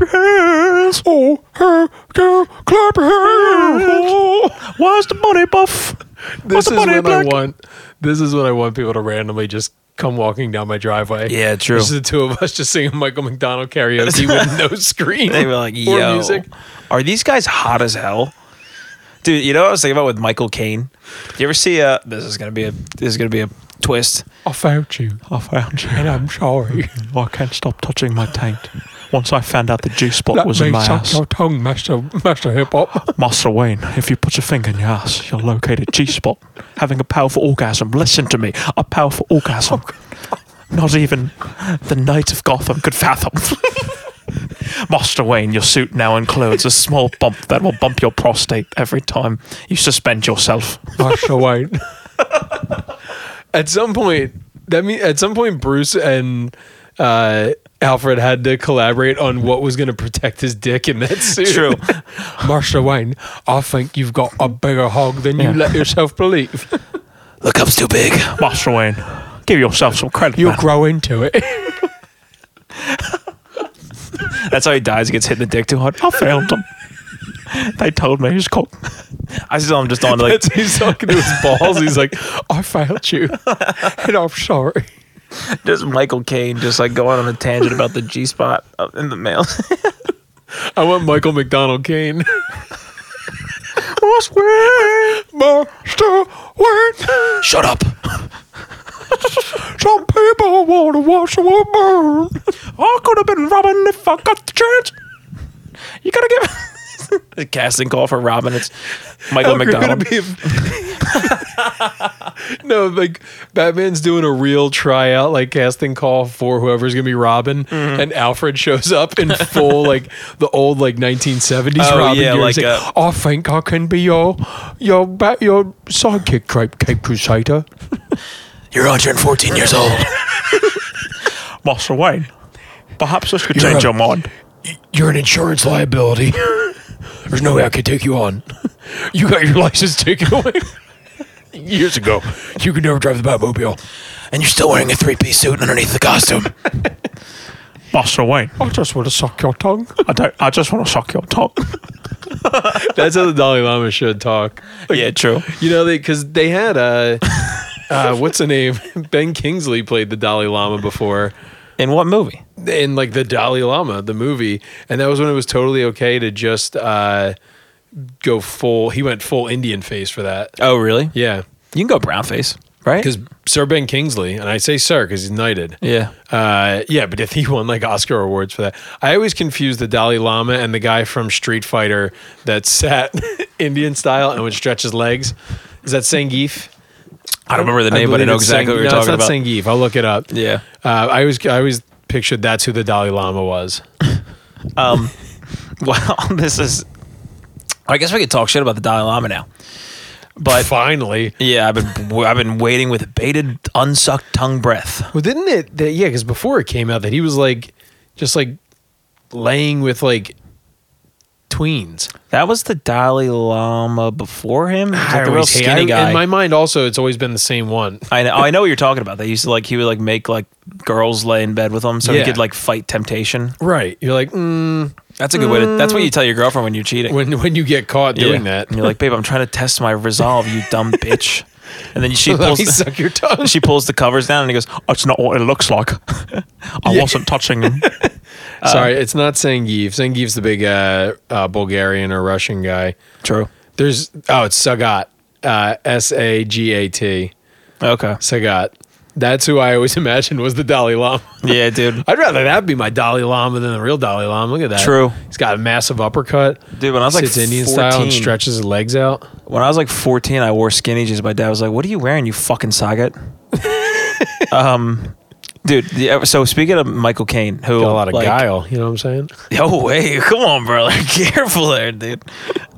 your hands.
Oh, her, girl, clap your hands. Oh,
Where's the money buff?
This is
money
when I
black?
want. This is when I want people to randomly just come walking down my driveway.
Yeah, true.
Just the two of us just singing Michael McDonald
[LAUGHS]
karaoke with no screen.
They were like,
or
yo.
music.
Are these guys hot as hell? Dude, you know what I was thinking about with Michael Caine? You ever see uh this is gonna be a this is gonna be a twist.
I found you,
I found you. [LAUGHS]
and I'm sorry.
I can't stop touching my taint. Once I found out the juice spot
Let
was
me
in my
suck
ass.
your tongue, Master Master Hip Hop.
Master Wayne, if you put your finger in your ass, you'll locate a G spot. Having a powerful orgasm. Listen to me. A powerful orgasm.
Oh,
Not even the Knight of Gotham could fathom. [LAUGHS] Master Wayne, your suit now includes a small bump that will bump your prostate every time you suspend yourself.
Master Wayne. [LAUGHS] at some point, that mean at some point, Bruce and uh, Alfred had to collaborate on what was going to protect his dick in that suit. [LAUGHS]
True.
Master Wayne, I think you've got a bigger hog than
Yeah.
you let yourself believe.
The cup's too big. Master Wayne, give yourself some
[LAUGHS]
credit.
You'll
man.
grow into it.
That's how he dies. He gets hit in the dick too hard.
I failed them. They told me he's cock.
I saw him just on like
That's- he's talking to
[LAUGHS]
his balls. He's like, I failed you, and I'm sorry.
just Michael Caine just like going on a tangent about the G spot in the [LAUGHS] male.
I want Michael McDonald [LAUGHS] Kane.
Master Wayne,
[LAUGHS] Master [LAUGHS] Wayne.
shut up.
Some people want to watch the world burn.
I could have been robbing if I got the chance.
you gotta give the casting call for Robin. It's Michael
How great would it
[LAUGHS] McDonald.
be if- [LAUGHS] no, like Batman's doing a real tryout, like casting call for whoever's gonna be Robin, and Alfred shows up in full, like the old like 1970s
Oh,
Robin.
yeah,
gear.
like
He's
a-
I think I can be your your bat your sidekick, Cape, Cape Crusader.
You're 114 years old. Master Wayne, perhaps this could
You're
change
a-
your mind.
You're an insurance liability. There's no way I could take you on. You got your license taken away years ago. You could never drive the Batmobile.
And you're still wearing a three piece suit underneath the costume. Master Wayne,
I just want to suck your tongue.
I don't. I just want to suck your tongue.
That's how the Dalai Lama should talk.
Yeah, true.
You know, they because they had uh, uh, what's the name? [LAUGHS] Ben Kingsley played the Dalai Lama before
In what movie?
in like the Dalai Lama, the movie, and that was when it was totally okay to just uh, go full. He went full Indian face for that.
Oh, really?
Yeah,
You can go brownface, right?
because Sir Ben Kingsley, and I say Sir because he's knighted.
yeah,
Uh, yeah, but if he won like Oscar awards for that, I always confuse the Dalai Lama and the guy from Street Fighter that sat [LAUGHS] Indian style and would stretch his legs. Is that Sangeef?
I don't remember the name, but I
believe
know
it's
exactly
Sang-
what you're
no,
talking
it's
about.
not Sangeef. I'll look it up.
Yeah.
Uh, I always I always pictured that's who the Dalai Lama was.
Um, [LAUGHS] well, this is. I guess we could talk shit about the Dalai Lama now.
But [LAUGHS] finally,
Yeah, I've been I've been waiting with bated, unsucked tongue breath.
well, didn't it? That, yeah, because before it came out that he was like just like laying with like tweens.
That was the Dalai Lama before him. He's
I
like the real
always hate-
skinny
I-
guy.
In my mind, also, it's always been the same one.
I know. I know what you're talking about. They used to like he would like make like girls lay in bed with him, so he
Yeah.
could like fight temptation.
Right. You're like, mm,
That's a good way. to That's what you tell your girlfriend when you're cheating.
when when you get caught
Yeah.
doing that.
And you're like, babe, I'm trying to test my resolve, you
[LAUGHS]
dumb bitch. And then she
Let
pulls.
me
The,
suck your tongue.
[LAUGHS] she pulls the covers down and he goes, "Oh,
That's not what it looks like. I wasn't touching [LAUGHS] him.
uh,
Sorry, it's not Sangief. Sangief's the big uh, uh, Bulgarian or Russian guy.
"True,
There's oh, it's Sagat, uh, S A G A T,
okay,
Sagat. That's who I always [LAUGHS] imagined was the Dalai Lama.
yeah, dude,
I'd rather that be my Dalai Lama than the real Dalai Lama. Look at that.
True.
He's got a massive uppercut.
dude." When I was like
sits
14,
Indian style and stretches his legs out.
when I was like 14, I wore skinny jeans. My dad was like, "What are you wearing, you fucking
[LAUGHS]
socket?" um, dude. The, uh, so speaking of Michael Caine, who
Got a lot of
like, [LAUGHS]
guile. You know what I'm saying?
No way. Come on, [LAUGHS] brother. Careful there, dude.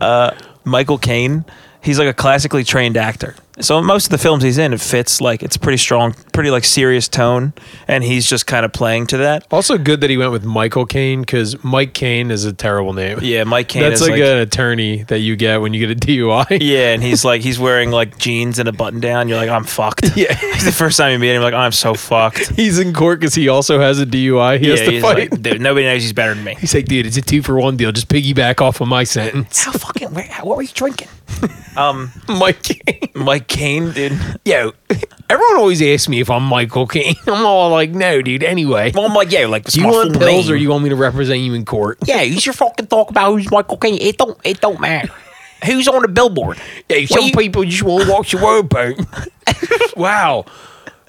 Uh, Michael Caine, he's like a classically trained actor. So most of the films he's in, it fits like it's pretty strong, pretty like serious tone, and he's just kind of playing to that.
Also, good that he went with Michael Caine because Mike Caine is a terrible name.
Yeah, Mike Caine
That's
is
like,
like,
an attorney that you get when you get a DUI.
yeah, and he's like he's wearing like jeans and a button down. You're like, I'm
[LAUGHS]
fucked. [LAUGHS]
Yeah.
the first time you meet him, you're like I'm so fucked.
[LAUGHS] He's in court because he also has a DUI. He has
yeah,
to
he's
fight.
like, dude, nobody knows he's better than me.
[LAUGHS] he's like, dude, it's a two for one deal. Just piggyback off of my sentence.
How fucking? Where, what were you drinking? um,
[LAUGHS] Mike Caine.
[LAUGHS] Mike Caine, dude.
Yo, everyone always asks me if I'm Michael Caine. [LAUGHS] I'm all like, no, dude, anyway.
Well, I'm like, yeah, like,
Do you want pills or do you want me to represent you in court?
Yeah, you should fucking talk about who's Michael Caine. It don't it don't matter. Who's on the billboard?
Yeah, some
you-
[LAUGHS]
people just want to watch the world burn. wow.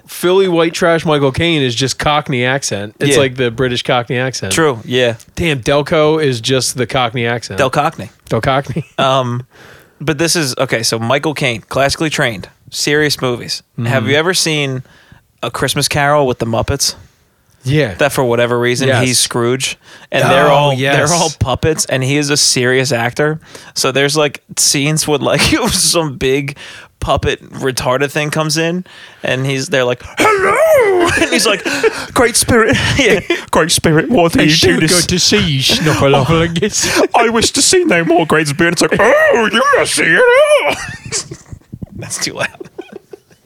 Philly white trash Michael Caine is just Cockney accent. It's
Yeah.
like the British Cockney accent.
True. Yeah.
Damn, Delco is just the Cockney accent.
Del Cockney.
Del Cockney.
Um, but this is okay. So Michael Caine, classically trained, serious movies.
Mm-hmm.
Have you ever seen a Christmas Carol with the Muppets?
yeah.
That for whatever reason
Yes.
he's Scrooge, and
Oh,
they're all
yes.
they're all puppets, and he is a serious actor. So there's like scenes with like [LAUGHS] some big puppet retarded thing comes in, and he's they're like [LAUGHS] hello, and he's like [LAUGHS]
Great Spirit,
yeah.
Great Spirit, what do you do this?
to see you,
[LAUGHS]
Snuffleupagus.
I wish to see no more Great Spirit. [LAUGHS] It's like, oh, you're a seer.
That's too loud. [LAUGHS]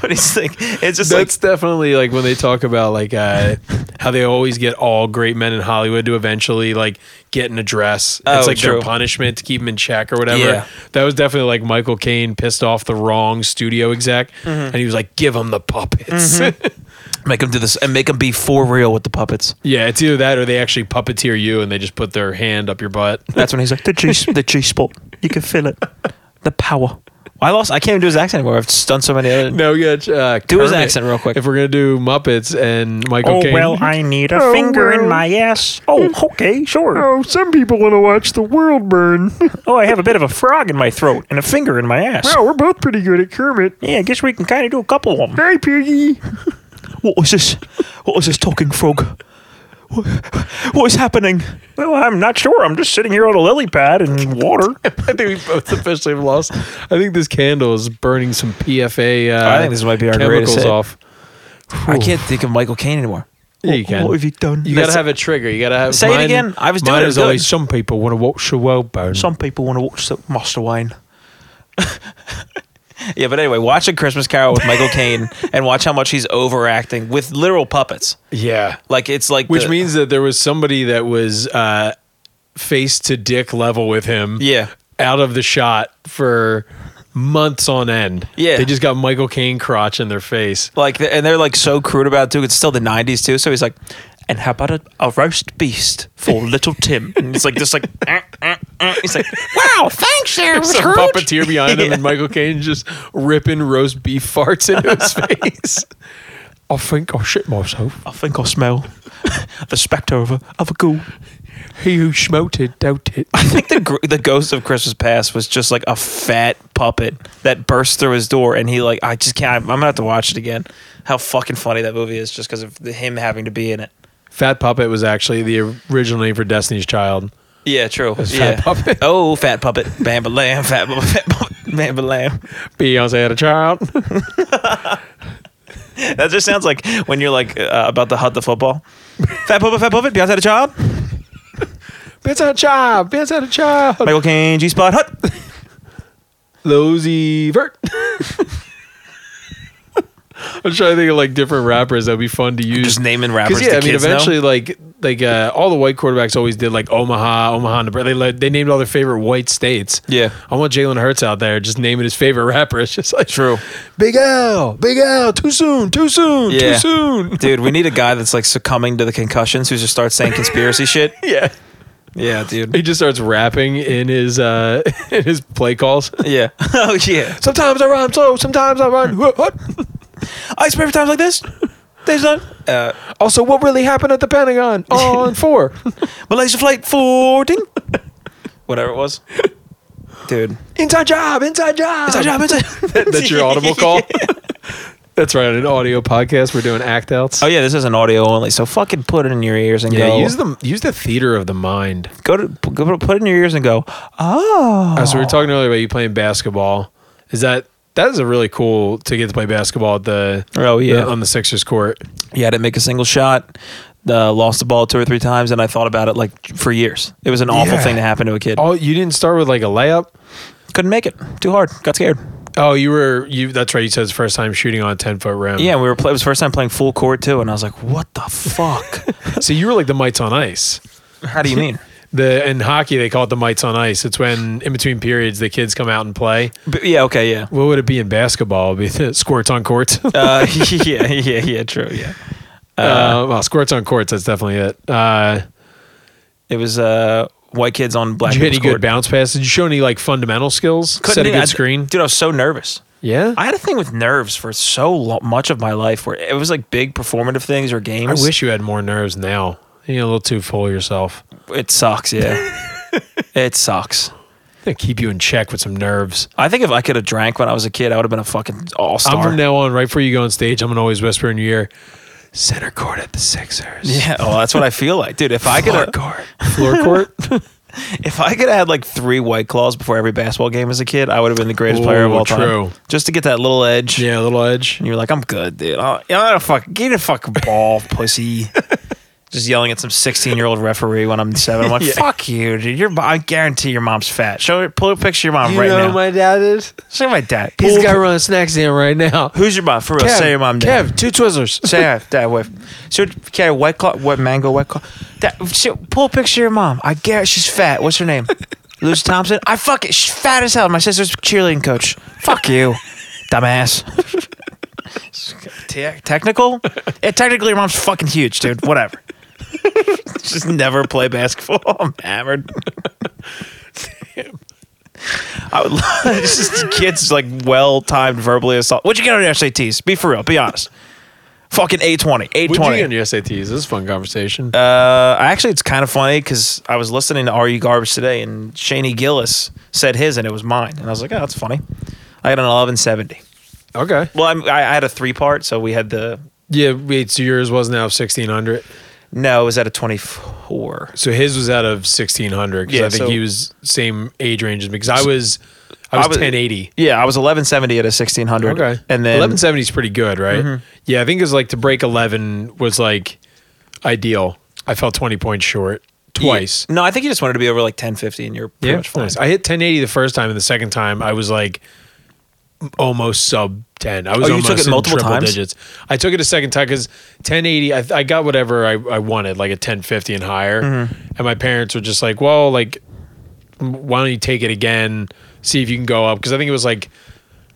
but he's like, it's just like
That's definitely like when they talk about like uh, how they always get all great men in Hollywood to eventually like get in a dress.
Oh,
it's like
true.
their punishment to keep them in check or whatever.
Yeah.
That was definitely like Michael Caine pissed off the wrong studio exec, and he was like, "Give them the puppets."
make him do this and make him be for real with the puppets.
[LAUGHS] yeah, it's either that or they actually puppeteer you and they just put their hand up your [LAUGHS] butt.
That's when he's like,
The G, the G spot. You can feel it. The power.
I lost. I can't even do his accent anymore. I've just done so many other.
No, we got uh,
Do his
Kermit.
accent real quick.
If we're gonna do Muppets and Michael
Oh,
Caine,
well, I need a finger in my ass. Oh, okay, sure.
Oh, some people want to watch the world burn.
[LAUGHS] Oh, I have a bit of a frog in my throat and a finger in my ass.
wow, we're both pretty good at Kermit.
Yeah, I guess we can kind of do a couple of them.
Hi, Piggy.
[LAUGHS] What was this? What was this talking frog? What is happening? Well, I'm not sure. I'm just sitting here on a lily pad in water.
[LAUGHS] I think we both officially have lost. I think this candle is burning some PFA. Uh,
I think this might be our greatest
chemicals
hit.
off.
I can't think of Michael Caine anymore.
Yeah, you can.
What have you done?
You gotta have a trigger. You gotta have.
Say it again. I was doing
mine
it
is
good.
always some people want to watch the world burn.
[LAUGHS] Some people want to watch the Master Wayne.
Yeah, but anyway, watch a Christmas Carol with
[LAUGHS]
Michael Caine and watch how much he's overacting with literal puppets.
yeah,
Like it's like
which
the-
means that there was somebody that was uh, face to dick level with him.
Yeah.
out of the shot for months on end.
Yeah.
they just got Michael Caine crotch in their face.
like and they're like so crude about it too. It's still the '90s too. So he's like, and how about a, a roast beast [LAUGHS] for little Tim? And it's like just
[LAUGHS]
like eh, eh, eh. he's like, wow, thanks, there,
There's some puppeteer behind
[LAUGHS]
him, and Michael Caine just ripping roast beef farts into
[LAUGHS]
his face. I think I shit myself.
I think
[LAUGHS]
I smell the spectre of a, of a ghoul.
He who smelt it dealt it.
I think the gr- the ghost of Christmas Past was just like a fat puppet that burst through his door, and he like I just can't. I'm gonna have to watch it again. How fucking funny that movie is, just because of the, him having to be in it.
Fat Puppet was actually the original name for Destiny's Child.
Yeah, true.
Fat
Yeah.
Puppet.
[LAUGHS] Oh, fat puppet, bam, ba, lamb, fat puppet, [LAUGHS] fat puppet, bam, ba, lamb.
Beyonce had a child. [LAUGHS]
That just sounds like when you're like uh, about to hut the football. Fat puppet, fat puppet, Beyonce had a child.
Beyonce had a child. Beyonce had a child.
Michael Caine, G spot, [LAUGHS] hut.
Losey Vert. [LAUGHS] I'm trying to think of like different rappers that would be fun to use.
Just naming rappers.
Because yeah, I
the
mean,
kids know.
eventually, like like uh, all the white quarterbacks always did like Omaha, Omaha, Nebraska. They like, they named all their favorite white states.
Yeah.
I want Jalen Hurts out there just naming his favorite rapper. [LAUGHS] It's just like
True.
Big L, Big L, too soon, too soon,
Yeah.
too
[LAUGHS]
soon.
dude, we need a guy that's like succumbing to the concussions who just starts saying conspiracy shit.
Yeah,
Yeah, dude.
he
[LAUGHS]
just starts rapping in his uh [LAUGHS] in his play calls. [LAUGHS]
Yeah. [LAUGHS] oh yeah.
Sometimes I rhyme slow, sometimes I rhyme. [LAUGHS] what, what?
I spray for times like this. There's none. Uh,
Also, what really happened at the [LAUGHS] Pentagon on four?
Malaysia flight 14. Whatever it was. Dude.
Inside job, inside job,
Inside job, inside.
That's your audible [LAUGHS] call. That's right. On an audio podcast, we're doing act outs.
Oh yeah, this is an audio only, so fucking put it in your ears and
Yeah,
go.
use the use the theater of the mind.
go to p- go put it in your ears and go. Oh,
Uh, so we were talking earlier about you playing basketball. Is that that is a really cool to get to play basketball at the
Oh, yeah.
the- on the Sixers court.
yeah, I didn't make a single shot. Uh, lost the ball two or three times, and I thought about it like for years. It was an awful
Yeah.
thing to happen to a kid.
Oh, you didn't start with like a layup.
Couldn't make it. Too hard. Got scared.
Oh, you were you. That's right. You said it's the first time shooting on a ten foot rim.
Yeah, and we were. Play- it was the first time playing full court too, and I was like, "What the
[LAUGHS]
fuck?
So you were like the mites on ice.
How do you mean?"
The in hockey they call it the mites on ice. It's when in between periods the kids come out and play.
But yeah. Okay. Yeah.
What would it be in basketball? It'd be the squirts on courts.
Uh, [LAUGHS] yeah. Yeah. Yeah. True. Yeah.
[LAUGHS] Uh, well, squirts on courts. That's definitely it. Uh,
It was uh, white kids on black.
did you hit any
people's
good
court.
bounce passes? Did you show any like fundamental skills?
Couldn't
Set a
do- I-
good screen.
dude. I was so nervous.
Yeah.
I had a thing with nerves for so lo- much of my life where it was like big performative things or
I
games.
wish you had more nerves now. You're a little too full of yourself.
it
[LAUGHS]
sucks. Yeah, it sucks.
They keep you in check with some nerves.
I think if I could have drank when I was a kid, I would have been a fucking all
I'm
star.
from now on, right before you go on stage, I'm gonna always whisper in your ear, center court at the Sixers.
yeah, well, that's what I feel like, dude. If I could,
Floor
have,
court. Floor [LAUGHS] court.
if I could have had like three white claws before every basketball game as a kid, I would have been the greatest player of
Ooh,
all
true.
time. Just to get that little edge.
yeah, a little edge.
And you're like, I'm good, dude. I I don't fuck. Give me a fucking
[LAUGHS]
ball, pussy. Just yelling at some 16 year old referee when I'm seven. I'm like, fuck you, dude. Your, I guarantee your mom's fat. Show her, pull a picture of your mom right now.
dad is?
Say my dad.
He's
Pull-
got run snacks in right now. [LAUGHS]
Who's your mom? For real. Say your mom. Dad.
Kev, two Twizzlers.
Say your dad. Wait. So, okay, white claw, what mango, white claw. That, so, pull a picture of your mom. I guarantee she's fat. What's
[LAUGHS]
her name? Lucy Thompson. I fuck it. She's fat as hell. My sister's cheerleading coach.
[LAUGHS]
Fuck you, dumbass. Te- technical? Yeah, technically, your mom's fucking huge, dude. Whatever. [LAUGHS] Just never play basketball. I'm hammered. [LAUGHS] I would love [LAUGHS] it's just kids like well timed verbally assault. What'd you get on your SATs? Be for real. Be honest. Fucking 820.
What did you get on
820.
your SATs? This is a fun conversation.
Uh, actually, it's kind of funny because I was listening to RU Garbage today and Shaney Gillis said his and it was mine. And I was like, oh, that's funny. I got an 1170.
okay.
Well, I'm, I, I had a three part, so we had the
Yeah, wait, so yours wasn't out of 1600.
No, it was at a 24.
So his was out of 1600 because
Yeah,
I think
so-
he was same age range as me because I was, I was,
I was-
1080.
Yeah, I was 1170 at a 1600.
Okay. Mm-hmm.
And then
1170 is pretty good, right? Yeah, I think it was like to break 11 was like ideal. I fell 20 points short twice.
No, I think you just wanted to be over like 1050 and you're pretty
Yeah,
much fine.
nice. I hit 1080 the first time, and the second time I was like almost sub 10. I was
Oh, you
almost
took it
in
multiple
triple
times?
digits. I took it a second time because 1080, I, I got whatever I, I wanted, like a 1050 and higher.
Mm-hmm.
And my parents were just like, well, like, why don't you take it again? See if you can go up. Because I think it was like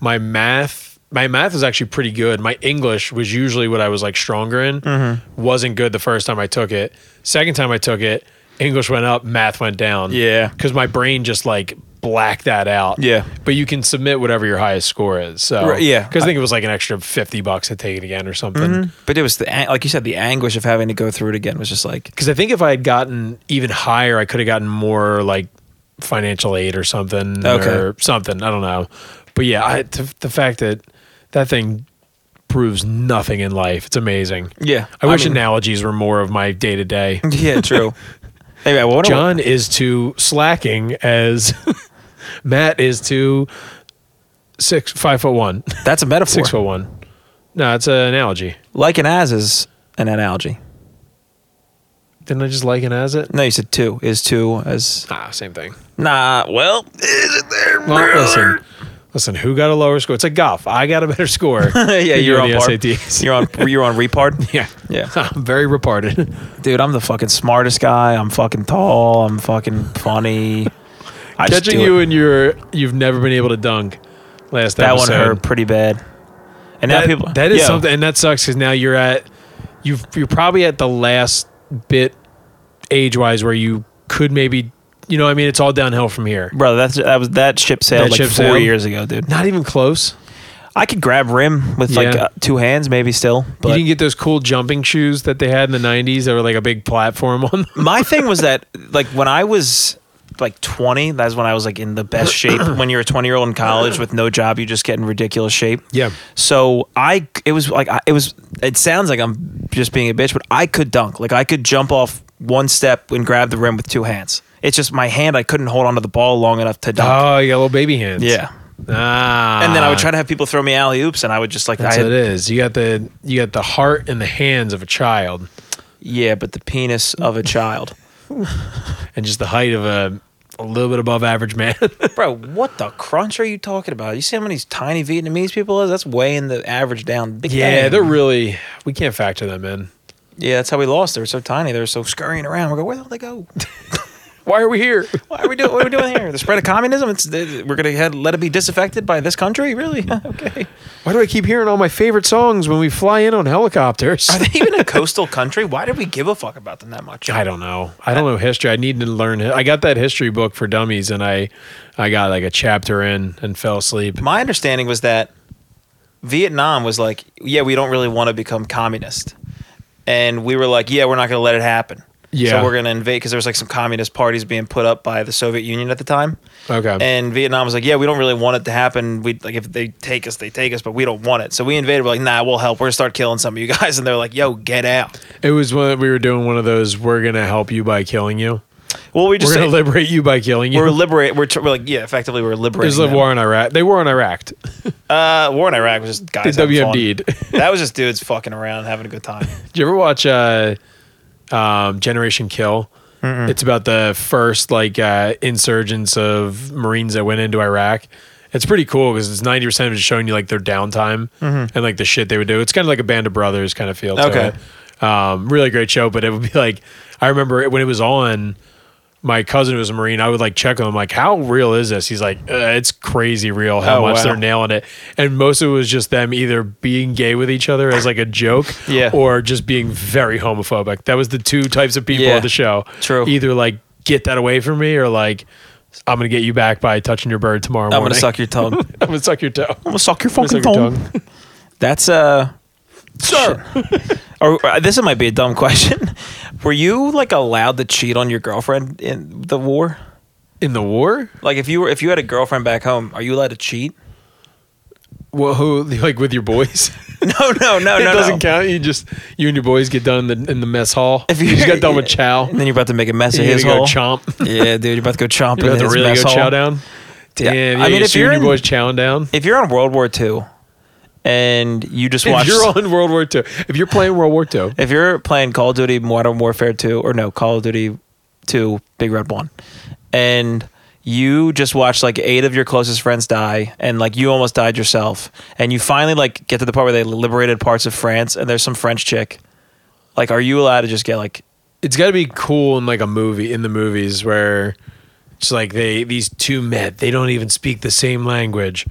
my math. My math was actually pretty good. My English was usually what I was like stronger in.
Mm-hmm.
Wasn't good the first time I took it. Second time I took it, English went up, math went down
Yeah.
because my brain just like blacked that out.
Yeah.
But you can submit whatever your highest score is. So
Right, yeah. Mm-hmm.
because I think it was like an extra fifty bucks to take it again or something.
But it was the an- like you said, the anguish of having to go through it again was just like [LAUGHS]
Because I think if I had gotten even higher, I could have gotten more like financial aid or something
Okay.
or something. I don't know. But yeah, I, t- the fact that that thing proves nothing in life, it's amazing.
yeah.
I, wish
mean-
analogies were more of my day to day. [LAUGHS]
Yeah, true. anyway, I wonder what-
John is to slacking as [LAUGHS] Matt is to six five foot one,
that's a metaphor.
six foot one. No, it's an analogy.
Like an as is an analogy.
Didn't I just liken as it?
No, you said two is two as
Ah, same thing.
nah. Well, is it there?
Well,
[COUGHS]
listen, listen. Who got a lower score? It's like golf. I got a better score.
[LAUGHS] [LAUGHS] yeah,
than you
you're on
the
par.
SATs.
You're on. You're on
[LAUGHS]
repard.
yeah,
Yeah.
I'm very retarded.
dude, I'm the fucking smartest guy. I'm fucking tall. I'm fucking funny. I just
Catching
do
you
it.
in your you've never been able to dunk. Last
that one
episode.
hurt pretty bad. And now
that,
people
that is
Yo,
something, and that sucks because now you're at you you're probably at the last bit age wise where you could maybe you know what I mean it's all downhill from here.
brother. That's that was that ship sailed
That
like
ship
four
sailed?
years ago, dude.
Not even close.
I could grab rim with like
Yeah.
uh, two hands, maybe still.
you
But
didn't get those cool jumping shoes that they had in the '90s that were like a big platform on. them.
my thing was that like when I was like 20, that's when I was like in
[CLEARS THROAT]
the best shape. when you're a 20 year old in college with no job, you just get in ridiculous shape.
Yeah.
So I, it was like I, it was. It sounds like I'm just being a bitch, but I could dunk. Like I could jump off one step and grab the rim with two hands. It's just my hand. I couldn't hold onto the ball long enough to dunk.
[LAUGHS] Oh, you got little baby hands.
yeah.
Ah.
And then I would try to have people throw me alley oops, and I would just like I
That's
had,
what it is. You got the you got the heart and the hands of a child,
yeah, but the penis of a child.
and just the height of a a little bit above average man.
[LAUGHS]
[LAUGHS]
Bro, what the crunch are you talking about? You see how many tiny Vietnamese people is? That's weighing the average down. Big
yeah,
time.
they're really we can't factor them in.
yeah. That's how we lost. They were so tiny. They were so scurrying around. We go, where the hell they go? [LAUGHS]
Why are we here?
Why are we doing? What are we doing here? The spread of communism. It's we're gonna head, let it be disaffected by this country. Really? [LAUGHS] okay.
Why do I keep hearing all my favorite songs when we fly in on helicopters?
Are they even a coastal country? Why did we give a fuck about them that
[LAUGHS]
much?
I don't know. I don't know history. I need to learn. hi- I got that history book for dummies, and I, I got like a chapter in and fell asleep.
My understanding was that Vietnam was like, yeah, we don't really want to become communist, and we were like, yeah, we're not going to let it happen.
Yeah.
So we're going to invade because there was like some communist parties being put up by the Soviet Union at the time.
Okay.
And Vietnam was like, yeah, we don't really want it to happen. We like if they take us, they take us, but we don't want it. So we invaded. We're like, nah, we'll help. We're gonna start killing some of you guys, [LAUGHS] and they're like, yo, get out.
It was when we were doing one of those. We're gonna help you by killing you.
Well, we just
We're gonna
say-
liberate you by killing you.
we're liberate. We're, tr- we're like, yeah, effectively, we're liberating.
There's a
them.
war in Iraq. They were in Iraq.
Uh, war in Iraq was just guys.
They
having fun.
WMD'd.
that was just dudes fucking around, having a
[LAUGHS]
good time.
Did you ever watch uh, um, Generation Kill? It's about the first like uh, insurgents of Marines that went into Iraq. It's pretty cool because it's ninety percent of it's showing you like their downtime and like the shit they would do. It's kind of like a Band of Brothers kind of feel. To
Mm-hmm. Okay.
it. Um, really great show, but it would be like I remember it, when it was on. My cousin who was a Marine. I would like check on him, like, how real is this? He's like, uh, it's crazy real how
Oh,
much
wow.
they're nailing it. And most of it was just them either being gay with each other as like a joke,
[LAUGHS] Yeah.
or just being very homophobic. That was the two types of people
Yeah.
at the show.
True.
Either like get that away from me, or like I'm gonna get you back by touching your bird tomorrow
I'm
morning. [LAUGHS]
gonna suck your tongue. I'm
I'm gonna suck your toe.
gonna suck your
I'm gonna
fucking
suck your
tongue.
tongue.
That's uh, sir. or uh, this might be a dumb question. [LAUGHS] Were you like allowed to cheat on your girlfriend in the war?
In the war?
Like if you were, if you had a girlfriend back home, are you allowed to cheat? [LAUGHS]
Well, who like with your boys?
No, no, no,
it
no.
doesn't
no.
count. You just you and your boys get done in the, in the mess hall.
If
you
you-
just got done
[LAUGHS]
with chow,
And then you're about to make a mess
you
of his
gotta go
hole.
chomp.
[LAUGHS] Yeah, dude, you're about to go chomp.
[LAUGHS] You
in
have to
his
really
mess
go
hall.
chow down.
Yeah.
Damn, yeah,
I mean, if
you
you're
and your
in-
boys chowing down.
If you're on World War II and you just watch
If you're on World War II, if you're playing World War II,
if you're playing Call of Duty Modern Warfare 2 or no, Call of Duty 2 Big Red 1 and you just watch like eight of your closest friends die and like you almost died yourself and you finally like get to the part where they liberated parts of France and there's some French chick like are you allowed to just get like
it's got to be cool in like a movie in the movies where it's like they these two met they don't even speak the same language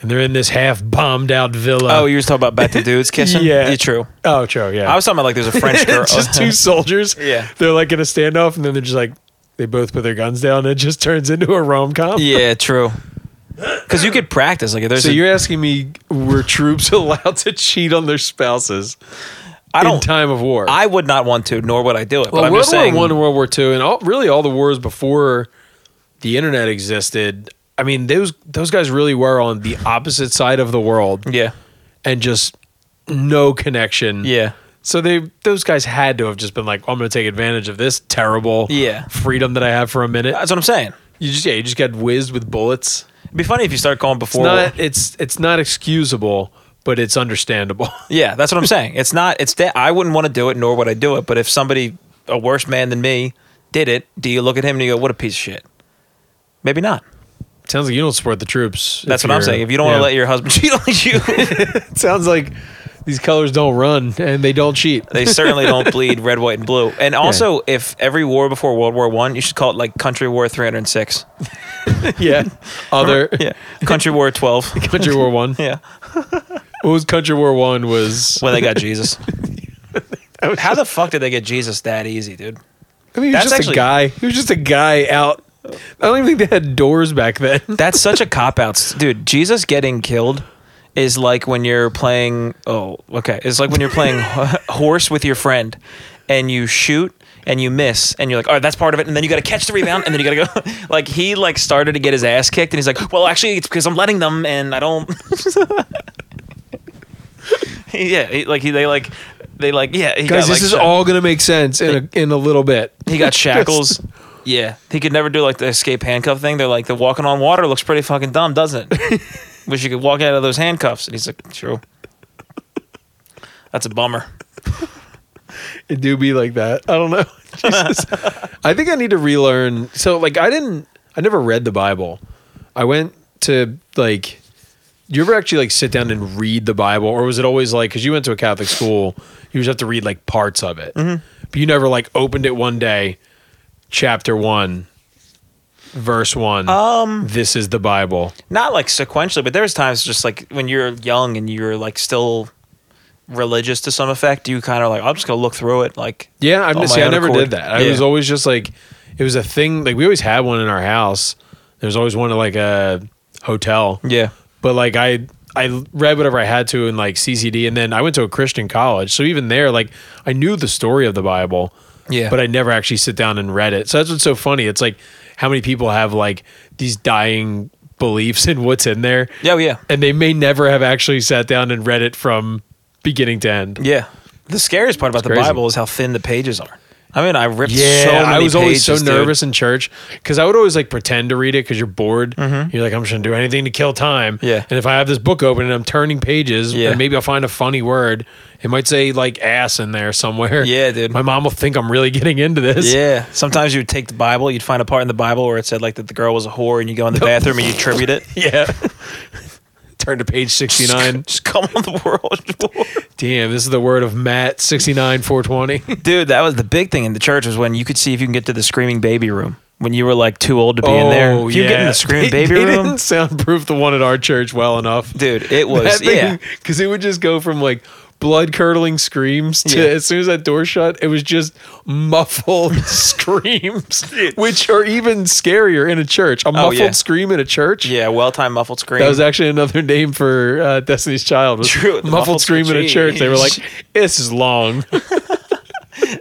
and they're in this half bombed out villa
oh you were talking about back
[LAUGHS]
to dudes kissing
Uh, Yeah.
true
oh true yeah
I
[LAUGHS]
was talking about like there's a French girl
it's just [LAUGHS]
[LAUGHS]
two soldiers
Yeah.
they're like in a standoff and then they're just like they both put their guns down and it just turns into a rom-com
yeah true because you could practice like if there's
so
a-
you're asking me were troops [LAUGHS] allowed to cheat on their spouses
I
in
don't
time of war
I would not want to nor would I do it but
Well,
I'm
World
just saying
War One, and World War Two, and all, really all the wars before the internet existed. I mean, those those guys really were on the opposite side of the world,
yeah
and just no connection.
yeah
So they those guys had to have just been like, I'm going to take advantage of this terrible
Yeah.
freedom that I have for a minute.
that's what I'm saying
You just yeah, you just get whizzed with bullets.
It'd be funny if you start going
It's
before.
not it's it's not excusable, but it's
[LAUGHS]
understandable.
yeah, that's what I'm saying. It's not. It's that I wouldn't want to do it, nor would I do it. But if somebody, a worse man than me, did it, do you look at him and you go, "What a piece of shit"? Maybe not.
Sounds like you don't support the troops.
That's
if
what I'm
you're-
saying. If you don't want
yeah.
to let your husband [LAUGHS] cheat on
[LAUGHS]
you,
sounds like these colors don't run and they don't cheat.
they certainly don't bleed red, white, and blue. And also, if every war before World War One, you should call it like Country War 306.
yeah. [LAUGHS] Other
Yeah, Country
[LAUGHS]
War 12.
Country War One.
Yeah,
What was Country War One was
when they got
[LAUGHS]
Jesus. How the fuck did they get Jesus that easy, dude?
I mean he was
That's
just
actually-
a guy. He was just a guy out I don't even think they had doors back then.
That's such a cop out, dude. Jesus getting killed is like when you're playing. Oh, okay. It's like when you're playing h- horse with your friend, and you shoot and you miss, and you're like, "All right, that's part of it." And then you got to catch the rebound, and then you got to go. [LAUGHS] like he like started to get his ass kicked, and he's like, "Well, actually, it's because I'm letting them, and I don't." [LAUGHS] yeah, he, like he, they like they like yeah. He
Guys,
got,
this
like,
is
shot-
all gonna make sense in a in a little bit. [LAUGHS]
he got shackles. yeah, he could never do like the escape handcuff thing. They're like the walking on water looks pretty fucking dumb, doesn't
[LAUGHS]
it? Wish you could walk out of those handcuffs. And he's like, true. That's a bummer.
[LAUGHS] It do be like that. I don't know. [LAUGHS] Jesus. I think I need to relearn. So like I didn't I never read the Bible. I went to like do you ever actually like sit down and read the Bible or was it always like cuz you went to a Catholic school, you just have to read like parts of it. But you never like opened it one day chapter 1 verse 1. Um this is the Bible.
Not like sequentially, but there's times just like when you're young and you're like still religious to some effect, you kind of like, I'm just going to look through it. Like,
Yeah, I
on
see.
Oh, my
I
own
never
accord.
did that. I
Yeah.
was always just like, it was a thing. Like we always had one in our house. There was always one at like a hotel.
yeah.
But like I, I read whatever I had to in like CCD, and then I went to a Christian college. So even there, like I knew the story of the Bible,
Yeah.
but I never actually sit down and read it. So that's what's so funny. It's like how many people have like these dying beliefs in what's in there.
Yeah, oh, yeah.
and they may never have actually sat down and read it from beginning to end.
Yeah. The scariest part about the
crazy.
Bible is how thin the pages are. I mean, I ripped so many
I was always so
pages, dude.
nervous in church because I would always like pretend to read it because you're bored. You're like, I'm just gonna do anything to kill time.
Mm-hmm. Yeah.
And if I have this book open and I'm turning pages,
Yeah.
and maybe I'll find a funny word. It might say like ass in there somewhere.
[LAUGHS] Yeah, dude.
My mom will think I'm really getting into this.
Yeah. Sometimes you would take the Bible, you'd find a part in the Bible where it said like that the girl was a whore, and you go in the bathroom and you attribute [LAUGHS] it.
Yeah. [LAUGHS] Turn to page 69.
Just come on the world.
Damn, this is the word of Matt 69 420.
[LAUGHS] Dude, that was the big thing in the church was when you could see if you can get to the screaming baby room when you were like too old to be in
Oh,
there. If you get in the
[LAUGHS]
[LAUGHS] screaming
They-
baby
they
room,
didn't soundproof the one at our church well enough.
dude, it was yeah.
because it would just go from like blood curdling screams to
Yeah.
as soon as that door shut, it was just
[LAUGHS]
muffled screams, which are even scarier in a church. A muffled
Oh, yeah.
scream in a church.
Yeah, well-timed muffled scream.
That was actually another [LAUGHS] name for uh, Destiny's Child. Was
True, the
Muffled,
muffled
scream in a church. They were
[LAUGHS]
like,
scream.
"This is
[LAUGHS]
long."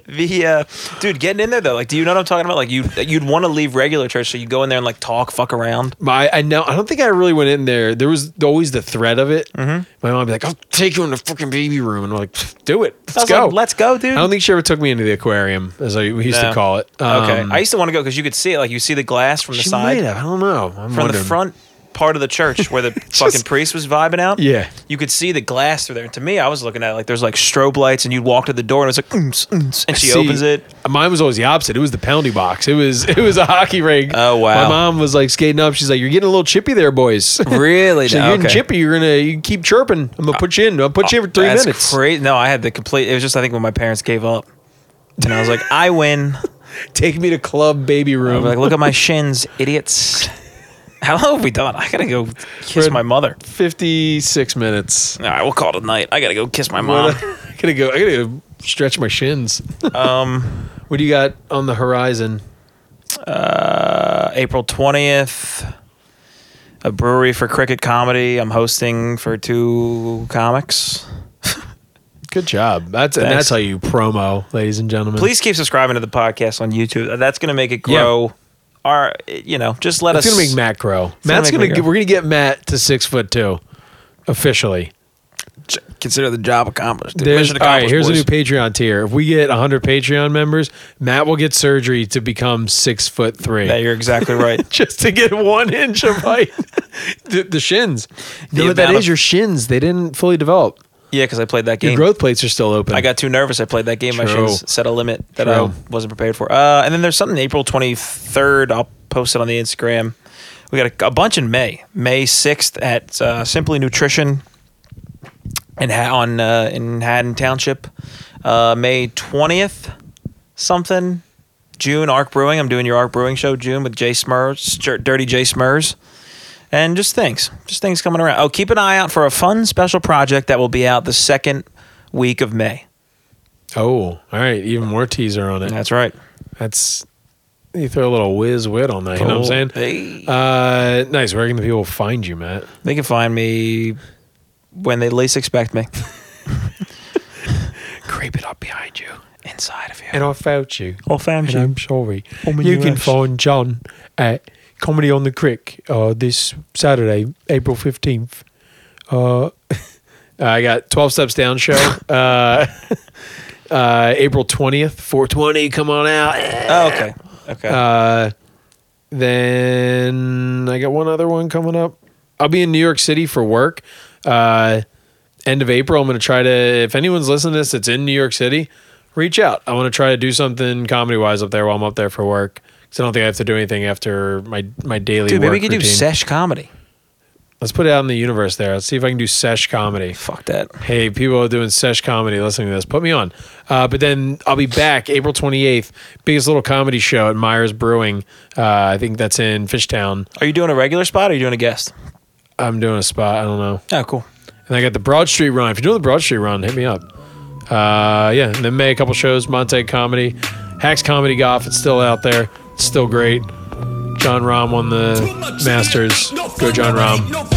The uh, dude getting in there though, like, do you know what I'm talking about? Like, you you'd want to leave regular church, so you go in there and like talk, fuck around.
My, I know. I don't think I really went in there. There was always the threat of it.
Mm-hmm.
My mom would be like, "I'll take you in the fucking baby room," and I'm like, "Pfft, "Do it. Let's
I was
go.
like, let's go, dude.
I don't think she ever took me into the aquarium, as I, we used
No.
to call it.
okay,
Um,
I used to want to go because you could see it, like you see the glass from the
she
side,
might have. I don't know. I'm
from
wondering.
the front part of the church [LAUGHS] where the fucking priest was vibing out.
Yeah.
you could see the glass through there. And to me, I was looking at it, like there's like strobe lights, and you'd walk to the door and it was like, "Mm, "Oomps, oomps," and she
See,
opens it.
Mine was always the opposite. It was the penalty box. It was [LAUGHS] it was a hockey rink.
Oh, wow.
My mom was like skating up. She's like, "You're getting a little chippy there, boys. [LAUGHS]
Really? [LAUGHS]
She's like,
now?
you're getting
Okay.
chippy. You're gonna you keep chirping. I'm gonna put you in. I'm gonna put you in for three
That's
minutes.
Cra- no, I had the complete. It was just I think when my parents gave up, and I was like, I win.
[LAUGHS] Take me to club baby
I
room.
was
[LAUGHS]
like, look at my shins, idiots. [LAUGHS] How long have we done? I gotta go kiss
We're-
my mother.
56 minutes.
All right, we'll call it a night. I gotta go kiss my mom.
What- uh, [LAUGHS] I gotta go. I gotta go stretch my shins. [LAUGHS]
Um,
What do you got on the horizon?
uh, April twentieth, a brewery for cricket comedy. I'm hosting for two comics.
Mm-hmm. Good job. That's and
Thanks.
that's how you promo, ladies and gentlemen.
Please keep subscribing to the podcast on YouTube. That's gonna make it grow. Our, you know, just let
That's
us.
gonna make Matt grow.
gonna
Matt's
make
gonna.
me
get-
grow.
We're gonna get Matt to six foot two, officially.
consider the job accomplished.
There's, all right, here's a new Patreon tier. If we get 100 Patreon members, Matt will get surgery to become six foot three.
Yeah, you're exactly
[LAUGHS]
right.
just to get one inch of
[LAUGHS]
height. the, the shins. You
The
know what that
amount
is?
of-
Your shins. They didn't fully develop.
yeah, because I played that
Your
game.
growth plates are still open.
I got too nervous. I played that game. I should
True.
have set a limit that
True.
I wasn't prepared for. Uh, and then there's something April 23rd. I'll post it on the Instagram. We got a, a bunch in May. May 6th at uh, Simply Nutrition in ha- on uh, in Haddon Township. Uh, May 20th, something. June Arc Brewing. I'm doing your Arc Brewing show June with Jay Smurs, Jer- Dirty Jay Smurs. And just things, just things coming around. Oh, keep an eye out for a fun special project that will be out the second week of May.
Oh, all right. Even more teaser on it.
That's right.
That's you throw a little whiz wit on that. You know what I'm saying?
They,
Uh, nice. Where can the people find you, Matt?
they can find me when they least expect me.
[LAUGHS] Creep it up behind you.
Inside of you.
And I found you.
Or found
And
you.
I'm sorry.
Home in
You can
US.
find John at Comedy on the Crick uh, this Saturday, April 15th. Uh, [LAUGHS] I got 12 Steps Down show. uh, [LAUGHS] uh, April 20th, 420. Come on out.
Oh, okay. Okay.
Uh, then I got one other one coming up. I'll be in New York City for work. Uh, end of April, I'm going to try to. If anyone's listening to this that's in New York City, reach out. I want to try to do something comedy wise up there while I'm up there for work. Because I don't think I have to do anything after my my daily.
Dude, maybe we
work
could do
routine.
sesh comedy.
Let's put it out in the universe there. Let's see if I can do sesh comedy
Fuck that.
hey, people are doing sesh comedy listening to this, put me on. Uh, but then I'll be back April 28th, biggest little comedy show at Myers Brewing. Uh, I think that's in Fishtown.
Are you doing a regular spot or are you doing a guest?
I'm doing a spot. I don't know.
Oh, cool.
And I got the Broad Street Run. If you're doing the Broad Street Run, hit me up. Uh, yeah, and then May, a couple shows, Monte Comedy, Hacks Comedy Golf. It's still out there. It's still great. John Rahm won the Masters. Go John Rahm.